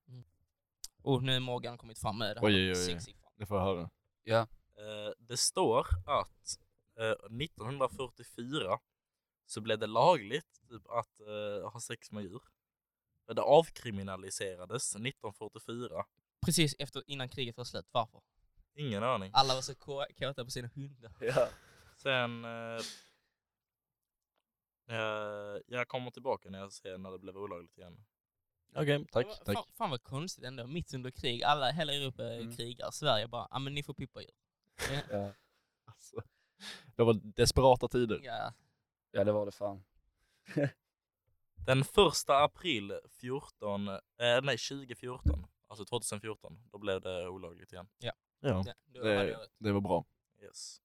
Och nu är Morgan kommit fram med det Oj, oj, oj. Sexsiffran. Det får jag höra. Eh, det står att eh, 1944 så blev det lagligt typ, att eh, ha sex med djur. Men Det avkriminaliserades 1944. Precis efter, innan kriget var slut. Varför? Ingen aning. Alla var så kå- kåta på sina hundar. Ja. Sen... Eh, eh, jag kommer tillbaka när jag ser när det blev olagligt igen. Okej, tack. Det var- tack. Fan, fan vad konstigt ändå, mitt under krig, alla, hela Europa Mm. krigar, Sverige bara, ja men ni får pippa djur. Alltså, det var desperata tider. Ja. ja, det var det fan. Den första april 14, eh, nej 2014, alltså 2014, då blev det olagligt igen. Ja, Ja, då hade jag det, rätt. det var bra. Yes.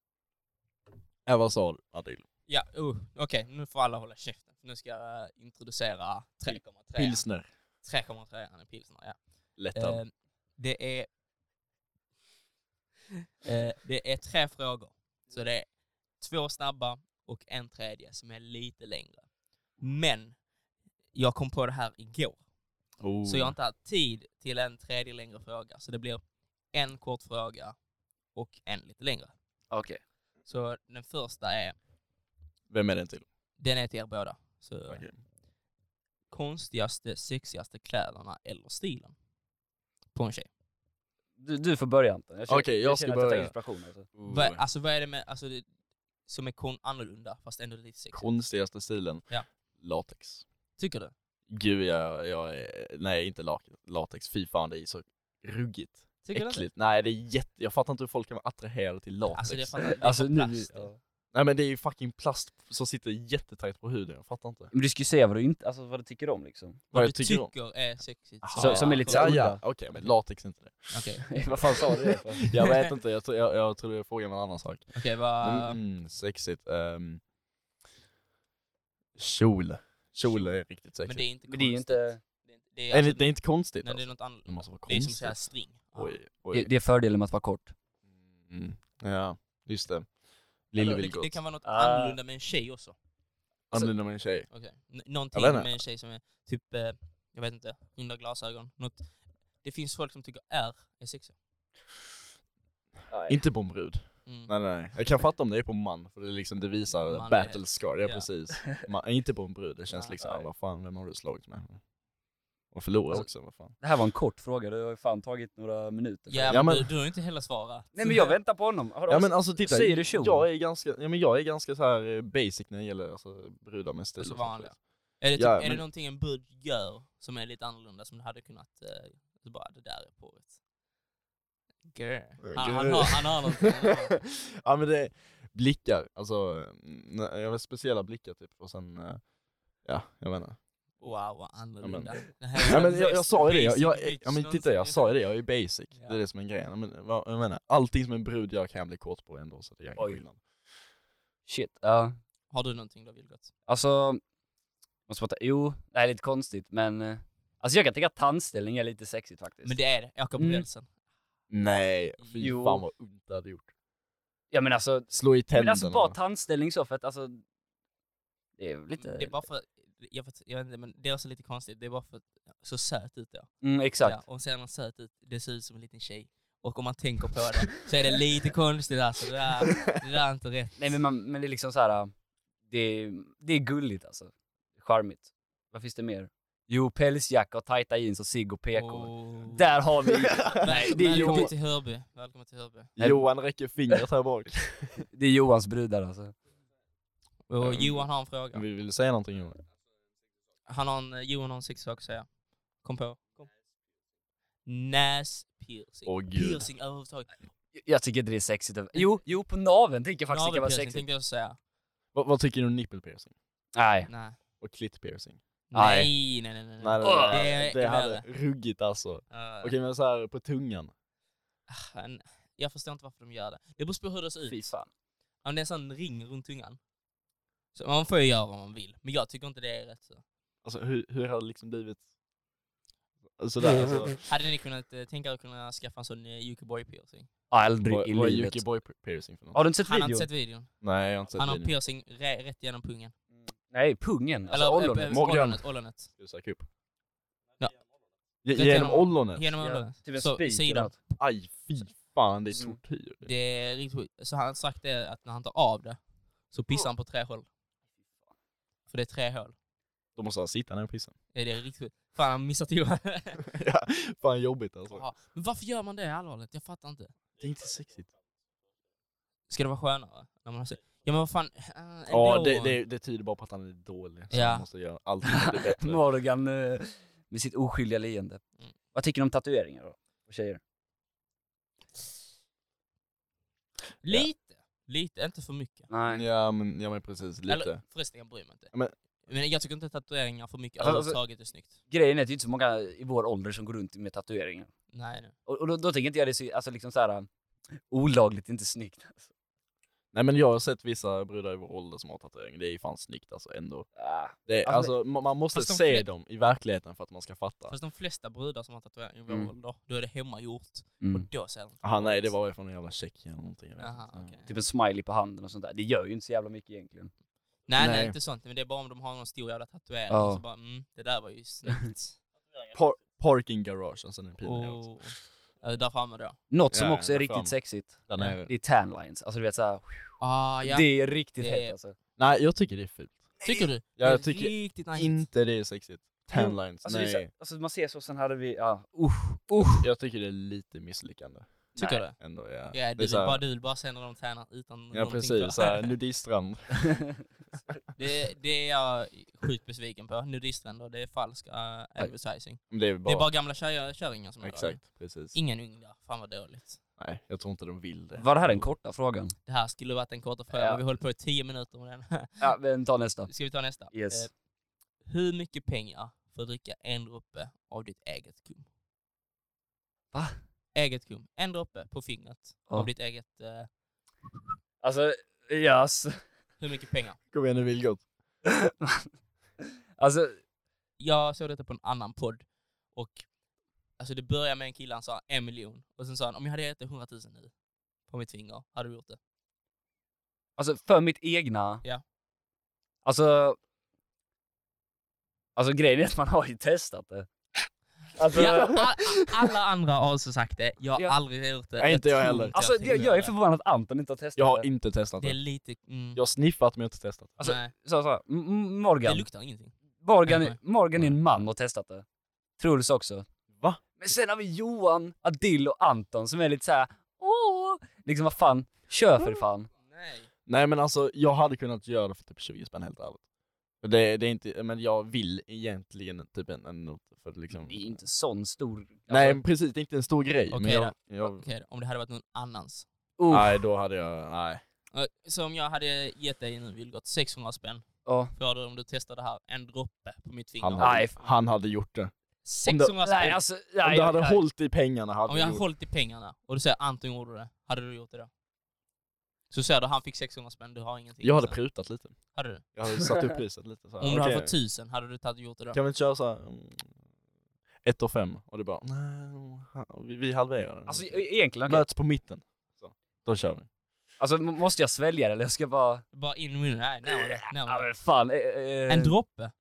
Äh, vad sa du, Adil? ja oh, okej nu får alla hålla käften. Nu ska jag eh, introducera 3,3. Pilsner. 3,3 i pilsner, ja. Lättöl. Eh, det är... Eh, det är tre frågor. Så det är två snabba och en tredje som är lite längre. Men jag kom på det här igår. oh. Så jag har inte haft tid till en tredje längre fråga. Så det blir en kort fråga och en lite längre. Okej. Så den första är, Vem är den till? den är till er båda. Så Okej. konstigaste, sexigaste kläderna eller stilen? På en tjej. Du, du får börja Anton. Jag känner- Okej, jag ska känner att tar börja. inspiration alltså. Vad, Oh. alltså vad är det med, alltså det, som är kon annorlunda fast ändå lite sexigt? Konstigaste stilen? Ja. Latex. Tycker du? Gud, jag, jag är... Nej, inte lak- latex. Fy fan, det är så ruggigt. Tycker du inte? Äckligt. Nej, det är jätte... Jag fattar inte hur folk kan vara attraherade till latex. Alltså det är fan det är Alltså från nu, plast. ja. Nej men det är ju fucking plast som sitter jättetajt på huden, jag fattar inte. Men du ska ju säga vad du inte, alltså vad du tycker om liksom. Vad du tycker tycker, du om? är sexigt. Aha. Så- som är lite så Ja, udda. ja. Okej, men latex är inte det. Okej, vad fan sa du det för? Jag vet inte, jag, tror- jag, jag tror jag frågar om en annan sak. okej, vad... Mm, sexigt. Um, kjol. Kjol är riktigt Men sexigt. det är inte Men det är ju konstigt. inte, Det är inte- Det är, är, det, alltså, det är inte konstigt nej, det är alltså. något annat. Det måste vara Det är som konstigt. såhär string. Ja. Oj, det, oj. det är fördelen med att vara kort. Mm. Ja, just det. Lille Eller, vill det, gott. det kan vara något Ah. annorlunda med en tjej också. alltså- Annorlunda med en tjej. Okay. N- någonting Jag vet inte. med en tjej som är typ, eh, jag vet inte, runda glasögon. Något. Det finns folk som tycker R är sexiga. Inte på en brud. Mm. Nej, nej, nej. Jag kan fatta om det är på en man, för det, är liksom, det visar Man är- battle scar. Ja, ja. precis. Man, inte på en brud, det känns Nej. Alltså, liksom, ah, vad fan, vem har du slagit med? Och förlorar också, vad fan. Det här var en kort fråga, det har ju fan tagit några minuter. Ja, Ja, men du, men- du har ju inte heller svarat. Nej men jag väntar på honom. Har du Ja men alltså titta, säger du kjol? jag är ganska, ja, men jag är ganska så här eh, basic när det gäller alltså, brudar med stil. Alltså och sånt vanliga. skit. Är det, typ, Ja, är det men- någonting en brud gör som är lite annorlunda som du hade kunnat, eh, du bara det där är porrigt? Grr. Han, han, har, han har någonting. han har- ja men det, blickar, alltså, mm, jag har speciella blickar typ och sen, eh, ja jag vet inte. Wow, vad annorlunda. Ja, Det här är Ja, den men jag, jag mest sa ju det, jag, basic jag, bitch ja, men titta jag någonsin. sa ju det, jag är basic. Ja. Det är det som är grejen. Ja, Men, vad, jag menar, allting som en brud gör kan jag bli kåt på ändå så det gör Oj. ingen skillnad. Shit, ja. Har du någonting då Vilgot? Alltså, måste fatta, jo, det här är lite konstigt men, eh, alltså jag kan tycka att tandställning är lite sexigt faktiskt. Men det är det, jag åker på Mm. rälsen. Nej, fy Jo. fan vad ont det hade gjort. Ja men alltså, Slå i tänderna. men alltså bara tandställning så för att alltså, det är lite, Det är bara för, jag vet, jag vet inte, men det är också lite konstigt, det är bara för så söt ut då. mm, exakt. Ja, och ser man söt ut, det ser ut som en liten tjej. Och om man tänker på det så är det lite konstigt alltså, det där, det där är inte rätt. Nej men, man, men det är liksom så här. Det, är- det är gulligt alltså. Charmigt. Vad finns det mer? Jo, pälsjacka och tajta jeans och cigg och PK. Oh. Där har vi, Nej, det är ju- Välkommen till Hörby. Välkommen till Hörby. Johan räcker fingret här bak. det är Johans brudar alltså. Och Ehm, Ja. Johan har en fråga. Vi vill säga någonting Johan. Han har en, eh, Johan har en sex sak att säga. Kom på. Kom. Näspiercing. Åh, gud. piercing överhuvudtaget. Jag- Jag tycker inte det är sexigt. över- Jo, jo på naveln tänker jag faktiskt det kan vara Navelpiercing sexigt. tänkte jag säga. Vad, vad tycker du om nipple piercing? Nej. Nej. Och clit piercing? Nej, nej, nej. nej, nej. Nej, Åh! nej, nej, Mm. Det är det hade värre. ruggit alltså. Uh, Okej men så här på tungan. ah, en- Jag förstår inte varför de gör det. Det beror på hur det ser Fy ut. fan. Om det är en sån ring runt tungan. Så man får ju göra vad man vill, men jag tycker inte det är rätt. Så. Alltså hur, hur har det liksom blivit? Sådär alltså. Hade ni kunnat eh, tänka er att kunna skaffa en sån eh, Yukiboy-piercing? Aldrig vad, i vad är livet. Yuki Boy piercing för något? Har du inte sett Han har videon? inte sett videon. Nej jag har inte sett Han har videon. piercing re- rätt genom pungen. Nej, pungen. Alltså eh, ollonet. eh, Magen. ollonet. ollonet. Ska du söka upp? Ja. Ge- Rätt Genom genom- ollonet? Genom Ja, ollonet. typ en så, spik eller sidan. något. Aj fy fan det är Mm. tortyr. Det är riktigt sjukt. Så han har sagt det att när han tar av det så pissar han på tre hål. För det är tre hål. Då måste han sitta ner och pissa. Ja, Det är riktigt sjukt. Fan, han missar till ja, fan jobbigt alltså. Ja, Men varför gör man det allvarligt? Jag fattar inte. Det är inte sexigt. Ska det vara skönare? När man har se- ja men vad fan. eh, Ja ändå. det, det, det tyder bara på att han är dålig. Så Ja. han måste göra allting lite bättre. Morgan eh, med sitt oskyldiga leende. Mm. Vad tycker du om tatueringar då? Och tjejer? Lite. Lite, inte för mycket. Nej. ja men, ja men precis, lite. Eller förresten, jag bryr mig inte. Men- Men jag tycker inte tatueringar för mycket Alltså, alltså- överhuvudtaget är snyggt. Grejen är att det är inte så många i vår ålder som går runt med tatueringar. Nej, nej. Och, och då, då tänker inte jag det så, alltså liksom såhär, olagligt, inte snyggt. Alltså. Nej men jag har sett vissa brudar i vår ålder som har tatuering, det är ju fan snyggt alltså ändå. Ah. Det, Alltså, alltså, man, man måste fast de se fler- dem i verkligheten för att man ska fatta. Fast de flesta brudar som har tatueringar i vår Mm. ålder, då är det hemmagjort. Mm. Då ser de. Aha, nej det var Mm. ju från en jävla Tjeckien eller någonting. jag vet Aha, inte. okej. Typ en smiley på handen och sånt där. Det gör ju inte så jävla mycket egentligen. Nej, nej, Nej. inte sånt. Men det är bara om de har någon stor jävla tatuering. Ja. Och så bara, mm, det där var ju snyggt. Par, parking garage, alltså den pilen jag åt. och, ja, där framme då. Något som Ja, också är där riktigt fram. sexigt, Den är- det är tanlines. Alltså du vet såhär, Ah, ja. det är riktigt Det- hett alltså. Nej jag tycker det är fult. Tycker du? Jag Det är tycker riktigt nice. Inte det är sexigt. Tanlines, Alltså, det är nej. så, här- alltså man ser så, sen hade vi, ja, usch, usch. Jag tycker det är lite misslyckande. Tycker du? Ändå, ja. Ja, det du är vill, så här- bara, du vill bara se när de tränar utan Ja någonting på. precis, såhär nudiststrand. Det, det är jag sjukt besviken på. Nudistländer, det är falsk uh, advertising. Det är bara, Det är bara gamla tjej- kärringar som är där. Exakt, precis. Ingen ung där. Fan vad dåligt. Nej, jag tror inte de vill det. Var det här den korta frågan? Det här skulle varit en kortare fråga, Ja. men vi höll på i tio minuter med den. Ja, men ta nästa. Ska vi ta nästa? Yes. Eh, hur mycket pengar får du dricka en droppe av ditt eget kum? Va? Eget kum. En droppe på fingret Ja. av ditt eget... Eh, Alltså, yes. hur mycket pengar? Kom igen nu Vilgot. Alltså, Jag såg detta på en annan podd och alltså det började med en kille, han sa en miljon och sen sa han om jag hade gett dig 100 000 nu på mitt finger, hade du gjort det? alltså för mitt egna... Ja. Alltså... Alltså grejen är att man har ju testat det. Alltså, Ja, a- alla andra har också sagt det, jag har Ja. aldrig gjort det. Nej, inte jag tror heller. alltså tänker jag, jag är göra förvånad att Anton inte har testat Jag har det. inte testat det. Det är det. lite... Mm, Jag har sniffat men jag har inte testat det. alltså, nej, Så, så, M- M- det Morgan. luktar ingenting. Morgan, Kanske. Morgan är en man och har testat det. Truls också. Va? Men sen har vi Johan, Adil och Anton som är lite så här. åh, liksom vad fan, kör för fan. Nej. Nej men alltså jag hade kunnat göra det för typ 20 spänn helt ärligt. Det, det är inte, men jag vill egentligen typ en, en not för liksom. Det är inte sån stor... Alltså, Nej men precis, det är inte en stor grej. Okej men jag, jag, Okej, om det hade varit någon annans. oh, Nej då hade jag, nej. Eh, Så om jag hade gett dig nu Vilgot 600 spänn, ja. får du om du testar det här en droppe på mitt finger. Han Nej, hade, fan. han hade gjort det. om 600 spänn! nej alltså, nej, Om du hade nej. hållit i pengarna hade om du jag gjort hade hållit i pengarna och du säger Anton gjorde det, hade du gjort det då? Så säger du han fick 600 spänn, du har ingenting. Jag hade Sen- prutat lite. hade du? Jag hade satt upp priset lite så här. Om du hade Okej, fått 1000, hade du tagit gjort det då? Kan vi inte köra så här, mm, ett och fem? Och du bara, nej, vi- vi halverar den. Alltså e- egentligen, okay. Möts på mitten. Så. Då kör vi. alltså m- måste jag svälja det eller jag ska bara... Bara in i munnen, nej, nej, nej, Ja nej. men fan. eh, eh, En droppe?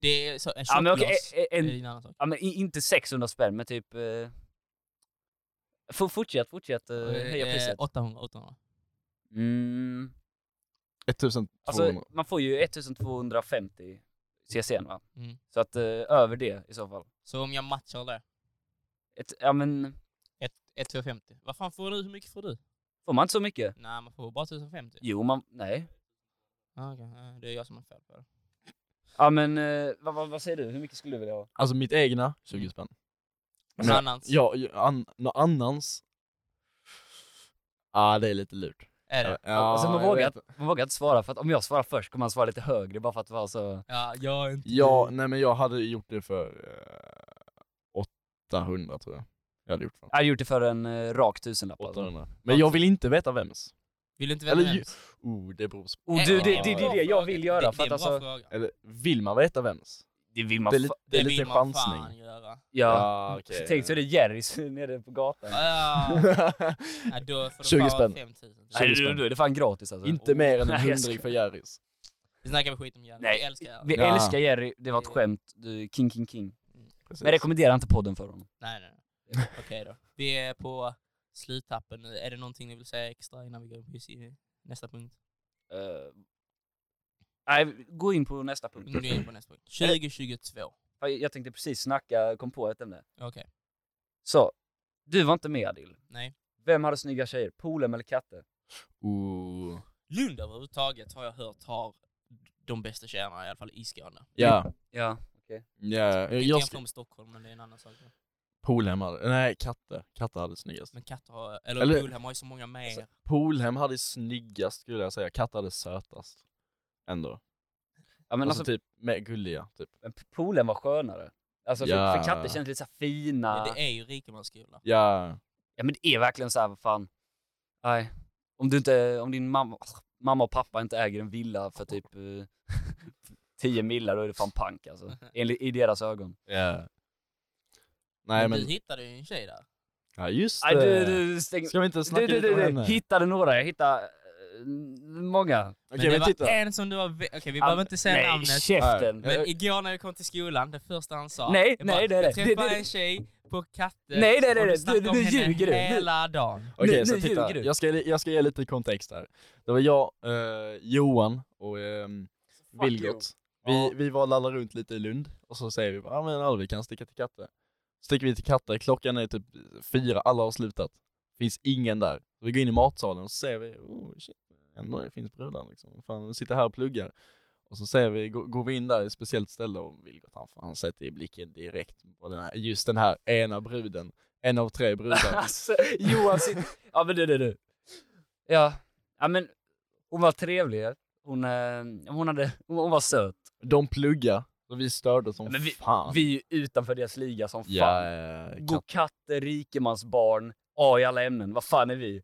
Det är så, en Ja men okej, shotglas. eh, eh, Det en, är en annan sak. ja men i- inte 600 spänn men typ... Eh, f- fortsätt, fortsätt eh, höja Eh, priset. 800, 800. Mm. 1200. Alltså man får ju 1250 CCN va? Mm. Så att eh, över det i så fall. Så om jag matchar det, Ett, ja men, 1250. Vad fan får du, hur mycket får du? får man inte så mycket? Nej, man får bara 1050. Jo man, nej. Ah, okej. Eh, Det är jag som har fel på det. Ja men, eh, vad, vad, vad säger du? Hur mycket skulle du vilja ha? Alltså mitt egna, Mm. 20 spänn. Men, Men- annars Ja, ju- an, nå- annans... Ja, ah, det är lite lurt. är det. Ja, alltså, man jag vågar- vet. Man vågar inte svara för att om jag svarar först kommer han svara lite högre bara för att vara så... Ja, jag är inte... Ja, Mm. nej men jag hade gjort det för eh, 800 tror jag. Jag hade gjort för Jag hade gjort det för en eh, rak tusenlapp alltså. 800. Men jag vill inte veta vems. Vill du inte veta Eller, vem? ju- oh, det beror på. Oh, du, det, det, är det är en bra det jag fråga. vill göra. Det, för det är att en bra alltså, fråga. Eller vill man veta vems? det vill man Det är, li- fa- det är vill lite man fan chansning. göra. Ja. okej. Tänk så är det Jerrys nere på gatan. Ja, nej, då får du 20 fan spänn. 5000. Nej, du, spänn. du, det är fan gratis alltså. Inte mer än en Nej, jag hundring för Jerrys. Vi snackar vi skit om Jerry. Nej, Jag älskar Jerry. Vi Ja. älskar Jerry, det var ett skämt. Du, king, king, king. Precis. Men rekommendera inte podden för honom. Nej, nej, nej. Okej då. Vi är på sluttappen nu. Är det någonting ni vill säga extra innan vi går in på E? nästa punkt? Eh, nej, gå in på nästa punkt. Nu går vi in på nästa punkt. 2022. Ja, Jag tänkte precis snacka, kom på ett ämne. Okej. Så, du var inte med Adil. Nej. Vem hade snygga tjejer? Polem eller Katte? Ooh. Lund överhuvudtaget har jag hört har de bästa tjejerna i alla fall i Skåne. Ja, Ja. ja. Jag Jag jämför ska... med Stockholm men det är en annan sak. Polhem hade, nej Katte, Katte hade snyggast. Men katter har, eller, Eller- eller har ju så många mer. Polhem hade snyggast skulle jag säga, Katte hade sötast. Ändå. ja men alltså, alltså, typ, med gulliga typ. men Polem var skönare. Alltså för, Ja. för Katte känns lite så här fina. Men det är ju rikemansskola. Ja, Ja men det är verkligen så här, vad fan. Nej. Om du inte, om din mamma, mamma och pappa inte äger en villa för typ eh, 10 millar, då är det fan pank alltså. Enligt, I deras ögon. ja. Nej Men, men, du hittade ju en tjej där. ja just Nej du, det. du, stäng. Ska vi inte snacka Du, du, lite du, om du. henne? Hittade några, jag hittade eh, många. Men Okej det men var titta. en som du var... vä- Okej vi behöver inte säga nej, namnet. käften. Nej. Men igår när jag kom till skolan, det första han sa... Nej, jag bara, nej, nej, Jag nej. träffade Det- det- en tjej på katte Nej, nej, nej, och nej. du Du- snackade du- om nu henne ljuger du. Nu- hela dagen. Okej, Nu- så nu titta. ljuger du. Jag ska, ge- jag ska ge lite kontext här. Det var jag, eh, Johan och ehm, Vilgot. Vi, vi var och lallade runt lite i Lund och så säger vi bara, ah, men alla, vi kan sticka till Katte. Sticker vi till Katte, klockan är typ fyra, alla har slutat. Finns ingen där. Vi går in i matsalen och så ser vi, oh shit, ändå det finns brudar liksom. Fan, vi sitter här och pluggar. Och så ser vi, går, går vi in där i ett speciellt ställe och Vilgot han, han sätter i blicken direkt på den här, just den här ena bruden En av tre brudar. Alltså, Johan sitter... Ja men du, du, du. Ja. ja, men hon var trevlig. Hon, eh, hon, hade, hon hon var söt. De plugga och vi störde som Men vi- fan. Vi är ju utanför deras liga som fan. ja, ja, ja, Gå katter, rikemansbarn, A i alla ämnen. Vad fan är vi?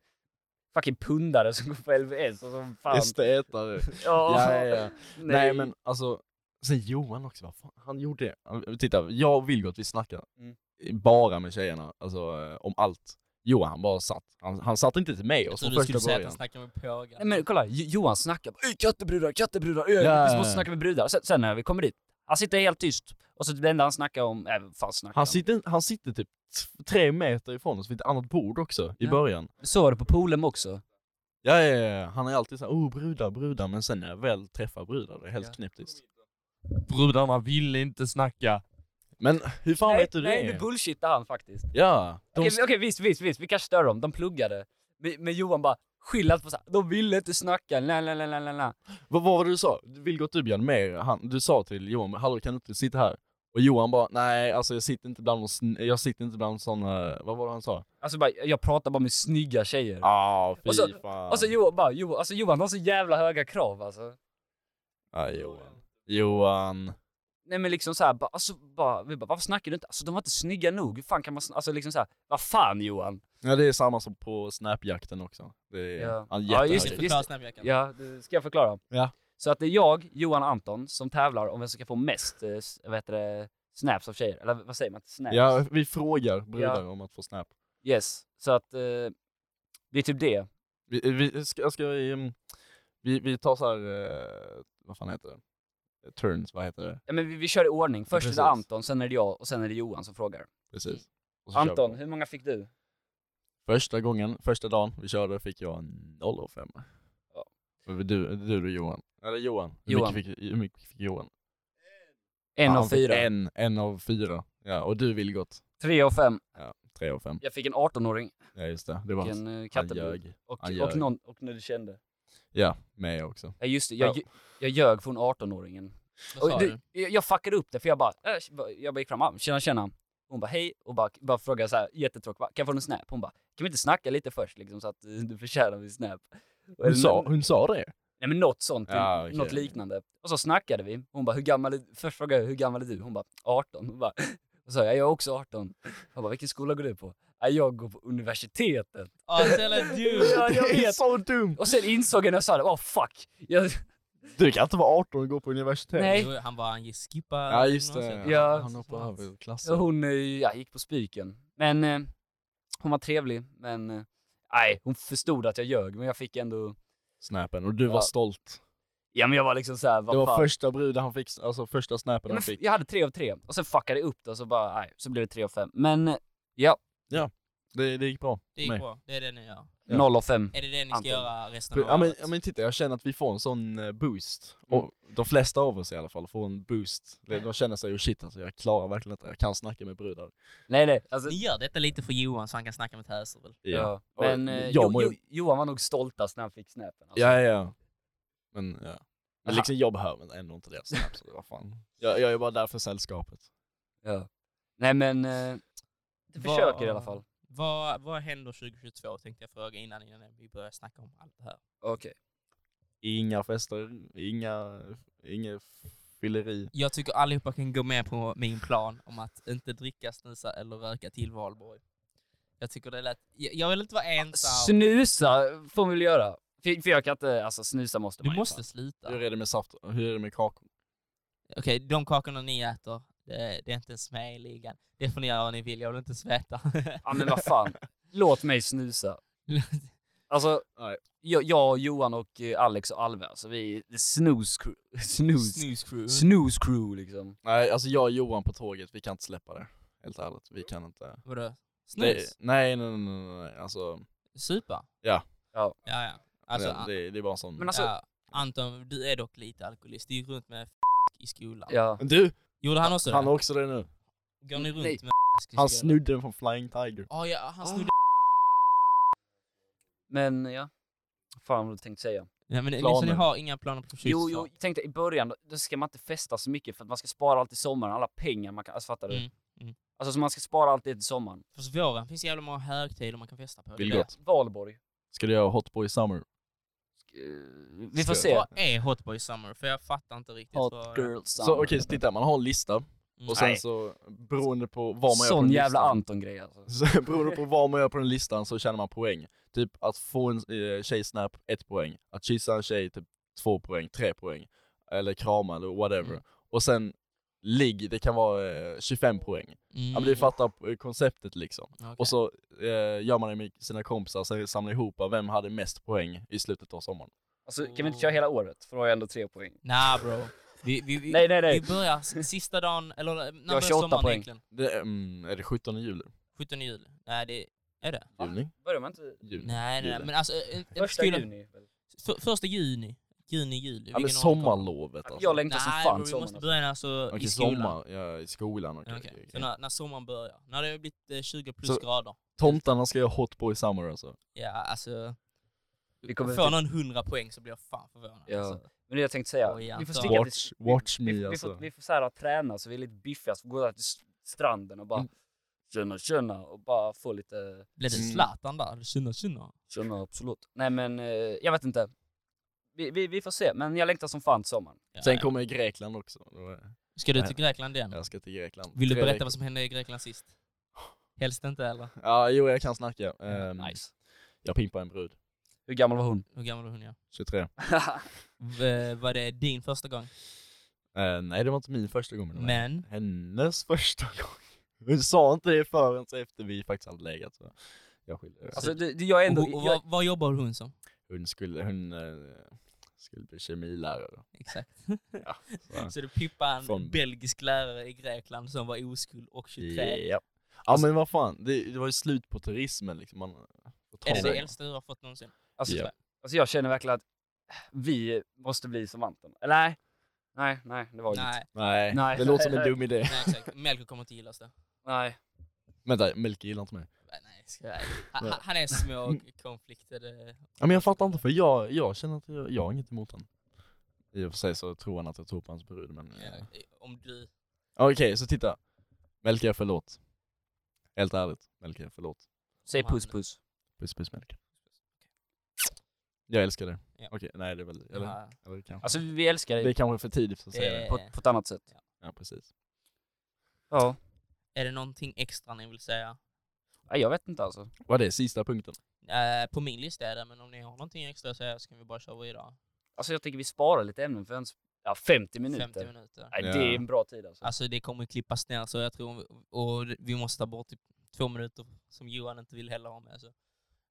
Fucking pundare som går på LVS och som fan... Estetare. Ja, Ja, ja, ja. Nej. men alltså, sen Johan också, vad fan, han gjorde det. Han- Titta, jag och Vilgot vi snackade Mm. bara med tjejerna, alltså eh, om allt. Johan han bara satt, han, han satt inte till mig och Jag från trodde du skulle första säga att början. han snackar med pågar. Nej men kolla, J- Johan snackar bara "Ey, kattebrudar, kattebrudar, Ja, yeah. ja, vi ja. måste snacka med brudar. Sen, sen när vi kommer dit, han sitter helt tyst. Och så det enda han snackar om, nej vad fan snackar Han sitter, han sitter typ t- tre meter ifrån oss vid ett annat bord också i Ja. början. Så var det på poolen också. Ja, ja, ja, ja, han är alltid såhär oh brudar, brudar, men sen när jag väl träffar brudar, det är helt liksom. Ja. knäpptyst. Brudarna vill inte snacka. Men hur fan nej, vet du det? nej, nu bullshittar han faktiskt. ja, de Okej, okej, visst, visst, visst, vi kanske stör dem, de pluggade. Men, men Johan bara skyller på såhär, de ville inte snacka, nej, nej, nej, nej, nej, nej. Vad vad var det du sa? Vilgot du Björn mer, han, du sa till Johan, hallå kan du inte sitta här? Och Johan bara, nej alltså jag sitter inte bland, de sn- jag sitter inte bland sådana, vad var det han sa? Alltså bara, jag pratar bara med snygga tjejer. Ah, fy Och så- fan. Alltså Johan bara, Johan, alltså, Johan har så jävla höga krav alltså. ah, Johan. Johan. Nej men liksom såhär, bara, alltså bara, vi bara, varför snackar du inte? Alltså de var inte snygga nog, hur fan kan man, sn- alltså liksom såhär, vad fan Johan? Ja det är samma som på snapjakten också. Det är, Ja. han är Ja, jättehög. just Ska det. jag förklara snabbjackan? Ja, det ska jag förklara. Ja. Så att det är jag, Johan Anton, som tävlar om vem som kan få mest, eh, s- vad heter det, snaps av tjejer. Eller vad säger man? Snaps? Ja, vi frågar brudar om att få snap. Yes. Så att eh, det är typ det. Vi, vi, ska, ska vi, mm, vi, vi tar så här, eh, vad fan heter det? Turns, vad heter det? Ja, men vi, vi kör i ordning. Först är precis. det Anton, sen är det jag och sen är det Johan som frågar. Precis. Och så kör vi Anton, på. hur många fick du? Första gången, första dagen vi körde fick jag en 0 och 5. Ja. Du, du och Johan. Eller Johan. Johan. Hur mycket fick, hur mycket fick Johan? En Ja, av han fick fyra. En, en av fyra. Ja, och du Vilgot. Tre av fem. Tre av fem. Jag fick en 18-åring Ja just det, det var och han. en uh, Han kattebrud. ljög. Och, Han och ljög. någon, och nu du kände. Ja, mig också. Ja just det, jag, Ja. jag ljög från 18-åringen. Vad sa Och du? du, jag jag fuckade upp det för jag bara, äh, jag bara gick fram, ah, tjena tjena. Hon bara hej och bara, bara frågade så här jättetråkigt, bara, kan jag få en snap? Hon bara, kan vi inte snacka lite först liksom så att eh, du förtjänar en snap? Och- Hon sa, hon sa det? Nej men något sånt, typ. Ja, okej. något liknande. Och så snackade vi, hon bara, hur gammal är du? Först frågade jag, hur gammal är du? Hon bara, 18. Hon bara, och sa jag, jag är också 18. Jag bara, vilken skola går du på? "Ja, Jag går på universitetet. Ah, snälla du! Ja, jag Det är vet. så dumt! Och sen insåg jag när jag sa det, åh fuck. Jag, Du kan inte vara 18 och gå på universitet. Nej. Jo, Han bara, han skippar Ja just det. gymnasiet. Ja. Han hoppade över Så klassen. hon eh, ja, gick på spiken. Men eh, hon var trevlig, men eh, nej, hon förstod att jag ljög, men jag fick ändå... Snappen, och du var Ja. stolt. Ja, men jag var liksom så här, vad Det var fan. första bruden han fick, alltså första snappen ja, men han f- fick. jag hade tre av tre, och sen fuckade jag upp det och så bara, nej, så blev det tre av fem. Men eh, ja, Det, det gick bra. Det gick Nej. bra, det är det ni gör. Ja. noll av fem. Eh. Är det det ni ska Anton. göra resten av Ja men, året? ja men titta, jag känner att vi får en sån eh, boost. Mm. Och de flesta av oss i alla fall får en boost. De de känner sig, oh shit alltså, jag klarar verkligen detta, jag kan snacka med brudar. Nej, nej, alltså... Ni gör detta lite för Johan så han kan snacka med Täser väl? Ja. Och Men eh, jag jo, mår ju- jo, Johan var nog stoltast när han fick snappen. Alltså. ja, ja. Men ja. Aha. Men liksom jag behöver men ändå inte deras snaps, så vad fan. Jag, jag är bara där för sällskapet. Ja. Nej, men... Eh, du Vad- försöker i alla fall. Vad, vad händer 2022 tänkte jag fråga innan, innan vi börjar snacka om allt det här. Okej. Inga fester, inga, inga fylleri. Jag tycker allihopa kan gå med på min plan om att inte dricka, snusa eller röka till valborg. Jag tycker det lät... Jag, jag vill inte vara ensam. Snusa får vi väl göra. För, för jag kan inte, alltså snusa måste man Du ju måste fan. sluta. Hur Okej, är det med saft, hur är det med kakor? de kakorna ni äter, det, det är inte ens med i ligan. Det får ni göra vad ni vill, jag vill inte sveta. Ja men vad fan. Låt mig snusa. Alltså, Nej. jag, jag, Johan och eh, Alex och Alve, alltså vi är the snooze crew. Snooze. Snooze crew. Snooze crew liksom. Nej, alltså jag och Johan på tåget, vi kan inte släppa det. Helt ärligt, vi kan inte. Vadå? Det, Snus? nej, nej, nej, nej, nej, alltså. Supa? Ja. Ja. Ja, ja. Alltså, ja, det, det är bara en sån... ah. Men alltså- ja, Anton, du är dock lite alkoholist. Du gick runt med f- i skolan. Ja. Men du, Gjorde han också han det? har också det nu. Går ni runt Nej. med i skolan? Han snudde den från Flying Tiger. Ja, ja, han snodde... Men ja. Fan vad du tänkte säga. Nej, men Planer. liksom, ni har inga planer på 2022? Jo, jo, jag tänkte i början, då- då ska man inte festa så mycket för att man ska spara allt i sommaren, alla pengar man kan, alltså fattar du? Mm, mm. Alltså så man ska spara alltid till sommaren. För våren finns jävla många högtider man kan festa på. Vill gott. Valborg. Ska du göra Hotboy Summer? Eh, Vi får Ska- se. Vad är Hotboy Summer? För jag fattar inte riktigt. vad- Hot girl summer. Så okej, så titta, man har en lista Mm. och sen Nej. så beroende på vad man gör på Sån den jävla listan, Anton-grej alltså. Så beroende på vad man gör på den listan så tjänar man poäng. Typ att få en eh, tjejsnap, ett poäng. Att kyssa en tjej, typ två poäng, tre poäng. Eller krama eller whatever. Mm. Och sen ligg, det kan vara eh, 25 poäng. Ja men du fattar eh, konceptet liksom. Mm, Okej. Och så eh, gör man det med sina kompisar, sen samlar ihop vem hade mest poäng i slutet av sommaren. alltså. Kan vi inte köra hela året? För då har jag ändå tre poäng. Nah bro. Vi, vi, vi, Nej, nej, nej. vi börjar s- sista dagen, eller när börjar 28 sommaren poäng. egentligen? Det, är, mm, är det 17 juli? 17 juli. Nej det, är det? Juni? Börjar man inte... Juni. Nej nej, Juli. nej men alltså... eh, eh, Första skolan- juni? Väl? För, första juni. Juni, juli. Ja men Vilken ordning kommer? sommarlovet alltså. Jag längtar som Nej fan bro, vi måste sommaren. börja alltså Okej, i skolan. sommar, ja, i skolan. okej, Ja, okej, okej. okej. Så när, när sommaren börjar. När det har blivit eh, 20 plus Så- grader. Tomtarna ska göra hot boy summer alltså. Ja alltså, Vi får kommer till- någon 100 poäng så blir jag fan förvånad. Ja. Alltså. Men det jag tänkte säga, typ Oj, vi Anton. får sticka Watch, watch vi, me vi alltså. får, vi får så här, träna så vi är lite biffiga, så vi går där till s- stranden och bara Mm. tjena tjena och bara få lite Blev det Mm. Zlatan där? Tjena tjena. tjena absolut. Nej men eh, jag vet inte. Vi, vi, vi får se, men jag längtar som fan till sommaren. Ja, Sen ja. kommer Grekland också. Ska du till Grekland igen? Jag ska till Grekland. Vill du Tre berätta veckor. vad som hände i Grekland sist? Helst inte eller? Ja, jo jag kan snacka. Ehm, Nice. Jag pimpar en brud. Hur gammal var hon? Hur gammal var hon? Ja. 23. V- eh, var det din första gång? Eh, nej det var inte min första gång med den här. Men, hennes första gång. Hon sa inte det förrän så efter vi faktiskt hade legat så jag skilde alltså det, det, jag är ändå... och, och, jag, vad, vad jobbar hon som? Hon skulle, hon eh, skulle bli kemilärare. Exakt. Ja, så. Så du pippade en Från- belgisk lärare i Grekland som var oskuld och 23. Ja. Ja men vad fan, det, det var ju slut på turismen liksom. Man, får Alltså- ta Är det sig. det äldsta du har fått någonsin? alltså, Ja. alltså jag känner verkligen att eh, vi måste bli som Anton. Eller nej, nej, nej, det var inget. Nej, Nej, Nej. det låter som en dum idé. nej exakt. Melker kommer inte gilla oss det. Nej. Vänta, Melke gillar inte mig. Nej, nej, ska jag- Han, han- han är små och konfliktade. Ja, men jag fattar inte för jag, jag känner att jag, jag har inget emot honom. I och för sig så tror han att jag tror på hans brud men... eh. Ja, Om du... Okej, så titta. Melke, förlåt. Helt ärligt, Melke, förlåt. Säg Om han- puss puss. Puss puss Melker. Jag älskar dig. Ja. Okej, nej det är väl, eller, Ja, eller kanske. Alltså vi älskar det är dig kanske för tidigt att säga det. det- på, på ett annat sätt. Ja precis. Ja. Är det någonting extra ni vill säga? Nej, Jag vet inte alltså. Vad är det, sista punkten? Eh, på min lista är det, men om ni har någonting extra att säga så kan vi bara köra vidare. Alltså jag tänker vi sparar lite ämnen för ens... Ja, 50 minuter. 50 minuter. Nej, Ja. det är en bra tid alltså. Alltså det kommer klippas ner så jag tror, och vi måste ta bort typ två minuter som Johan inte vill heller ha med. Så,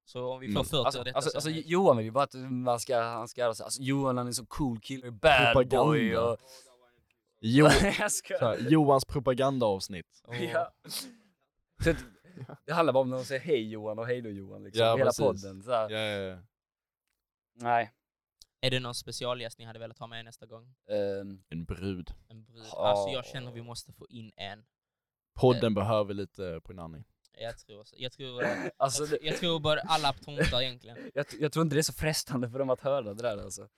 så om vi får Mm. 40 av Alltså, detta alltså, så alltså är det- Johan vill ju bara att man ska, han ska göra så. Alltså Johan han är så cool kille, bad boy Propaganda. och... Jo, jag ska... så här, Johans propagandaavsnitt. och, ja. så att, det handlar bara om när de säger hej Johan och hej då Johan liksom. Ja, Hela precis. podden. Så här. Ja, ja, ja. Nej. Är det någon specialgäst ni hade velat ha med nästa gång? ehm, En brud. En brud? Ja. Alltså jag känner vi måste få in en. Podden behöver lite punani. Jag tror, så. jag tror, jag, alltså tror- det, jag tror bara alla tomtar egentligen. jag, jag tror inte det är så frestande för dem att höra det där alltså.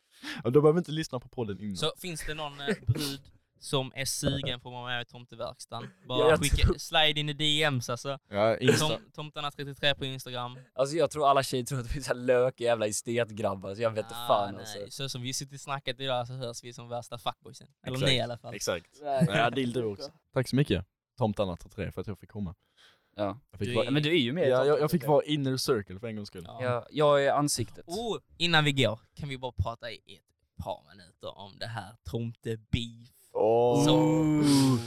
Ja, då behöver inte lyssna på podden Mm. innan. Så finns det någon eh, brud som är sugen på att vara med i tomteverkstan? Ja, Bara jag skicka, tror- slide in i DMs alltså. Ja, Insta. Tom, Tomtarna33 på Instagram. Alltså jag tror alla tjejer tror att vi är såhär lökiga jävla estetgrabbar, så jag vet inte fan alltså. Ah, nej. Så som vi sitter i snacket idag så hörs vi som värsta fuckboysen. Eller Exakt. ni i alla fall. Exakt. Nej. Ja, dildo också. Tack så mycket. Tomtarna tar tre för att jag fick komma. Ja. Jag fick, Du vara, är- Men du är ju med i ja, jag, jag Tomten, fick tycker vara inner circle för en gångs skull. Ja. Ja, jag är ansiktet. Oh, innan vi går kan vi bara prata i ett par minuter om det här tomtebeef. Åh. Oh. Som-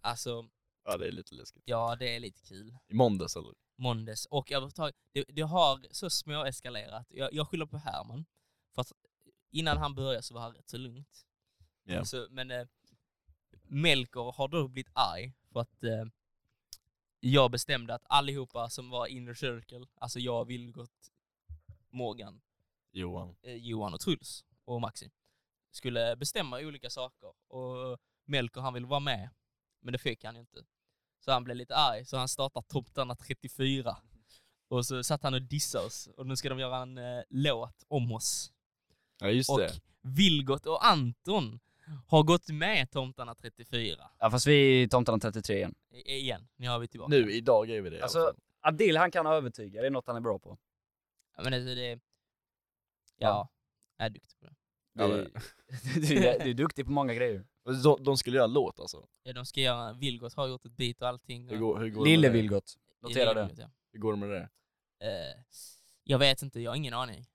Alltså, Ja, det är lite läskigt. ja det är lite kul. I måndags eller? Måndags och överhuvudtaget, det, det har så små eskalerat. Jag, jag skyller på Herman. För att innan han började så var han rätt så lugnt. Ja. Så, men eh, Melker har då blivit arg för att eh, jag bestämde att allihopa som var inner circle, alltså jag, Vilgot, Morgan, Johan. eh, Johan och Truls och Maxi skulle bestämma olika saker och Melker han ville vara med men det fick han ju inte. Så han blev lite arg så han startade Tomtarna 34 och så satt han och dissade oss och nu ska de göra en eh, låt om oss. Ja, just Och det. Vilgot och Anton har gått med tomtarna 34. Ja, fast vi är i tomtarna 33 igen. I, igen, nu har vi tillbaka. Nu, idag är vi det i alla Alltså- fall. Adil, han kan övertyga. Det är något han är bra på. Ja, Men alltså det... Ja, jag är duktig på det. Ja, Du, du, är- du är duktig på många grejer. De, de skulle göra en låt alltså. Ja, De ska göra... Vilgot har gjort ett beat och allting. Hur och- går, hur går Lille det med det? Vilgot. i Notera det. Vilgot, ja. Hur går det med det? Eh, jag vet inte, jag har ingen aning.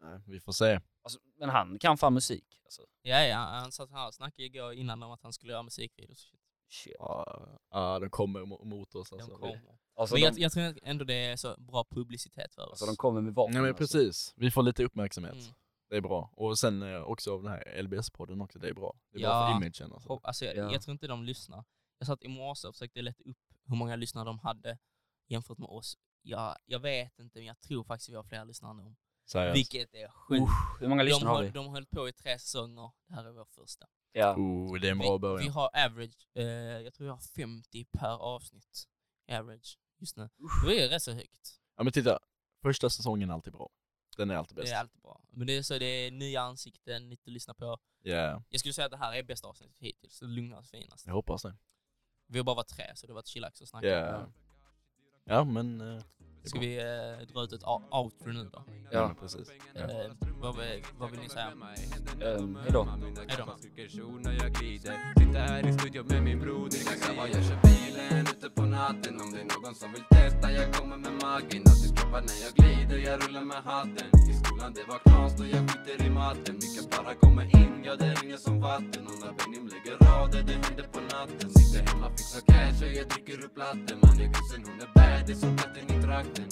Nej, vi får se. Alltså, men han kan fan musik. Alltså, Ja, ja, han satt här och snackade igår innan om att han skulle göra musikvideos. shit. Ja, ja, de kommer mo- mot oss De alltså. kommer. Alltså, Men jag, de, jag tror ändå det är så bra publicitet för oss. alltså, de kommer med vapen. Nej men alltså. precis, vi får lite uppmärksamhet. Mm. Det är bra. Och sen eh, också av den här LBS-podden också, det är bra. Det är bra Ja. för imagen alltså. Hopp- Alltså, jag, Ja. jag tror inte de lyssnar. Jag satt i morse och försökte leta upp hur många lyssnare de hade jämfört med oss. Jag, jag vet inte, men jag tror faktiskt vi har fler lyssnare än dem. Så här, Vilket är sjukt. Hur många De, lyssnare har har, vi? de höll på i tre säsonger. Det här är vår första. Ja. oh, det är en bra Vi, vi början. har average, eh, jag tror vi har 50 per avsnitt. Average just nu. Det är rätt så högt. Ja men titta, första säsongen är alltid bra. Den är alltid bäst. Det är alltid bra. Men det är så, det är nya ansikten, nytt att lyssna på. Ja, Jag skulle säga att det här är bästa avsnittet hittills. Det lugnaste, finaste. jag hoppas det. Vi har bara varit tre, så det har varit chillax och snack. Ja. Ja men, eh, det är Ska bra. vi eh, dra ut ett au- outro nu då? Ja, men precis. Eh, vad, vi- vad vill ni säga? Ehm, hejdå. Hejdå. Sitter här i studion med min broder Grabbar jag kör bilen ute på natten Om det är någon som vill testa jag kommer med magen Alltid droppar när jag glider, jag rullar med hatten I skolan det var knas då jag skiter i matten Vilka bara kommer in, ja det ringer som vatten Och när Benim lägger rader det händer på natten Sitter hemma, fixar cash och jag dricker upp latten Man är kusin, hon är bad, det är som katten i trakten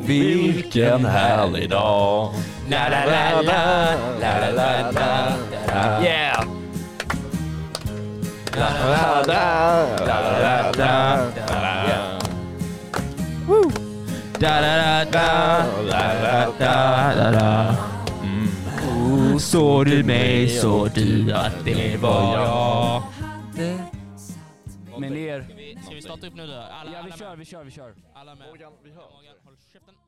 Vilken härlig dag! La, la, la, la, la, la, la, la. Yeah! Mm. Oh, Såg du mig så du att det var jag Men er... Ska vi starta upp nu då? Alla, Ja, alla vi kör, med? vi kör, vi kör. Alla med? Morgan, vi hör. Morgan, håll käften.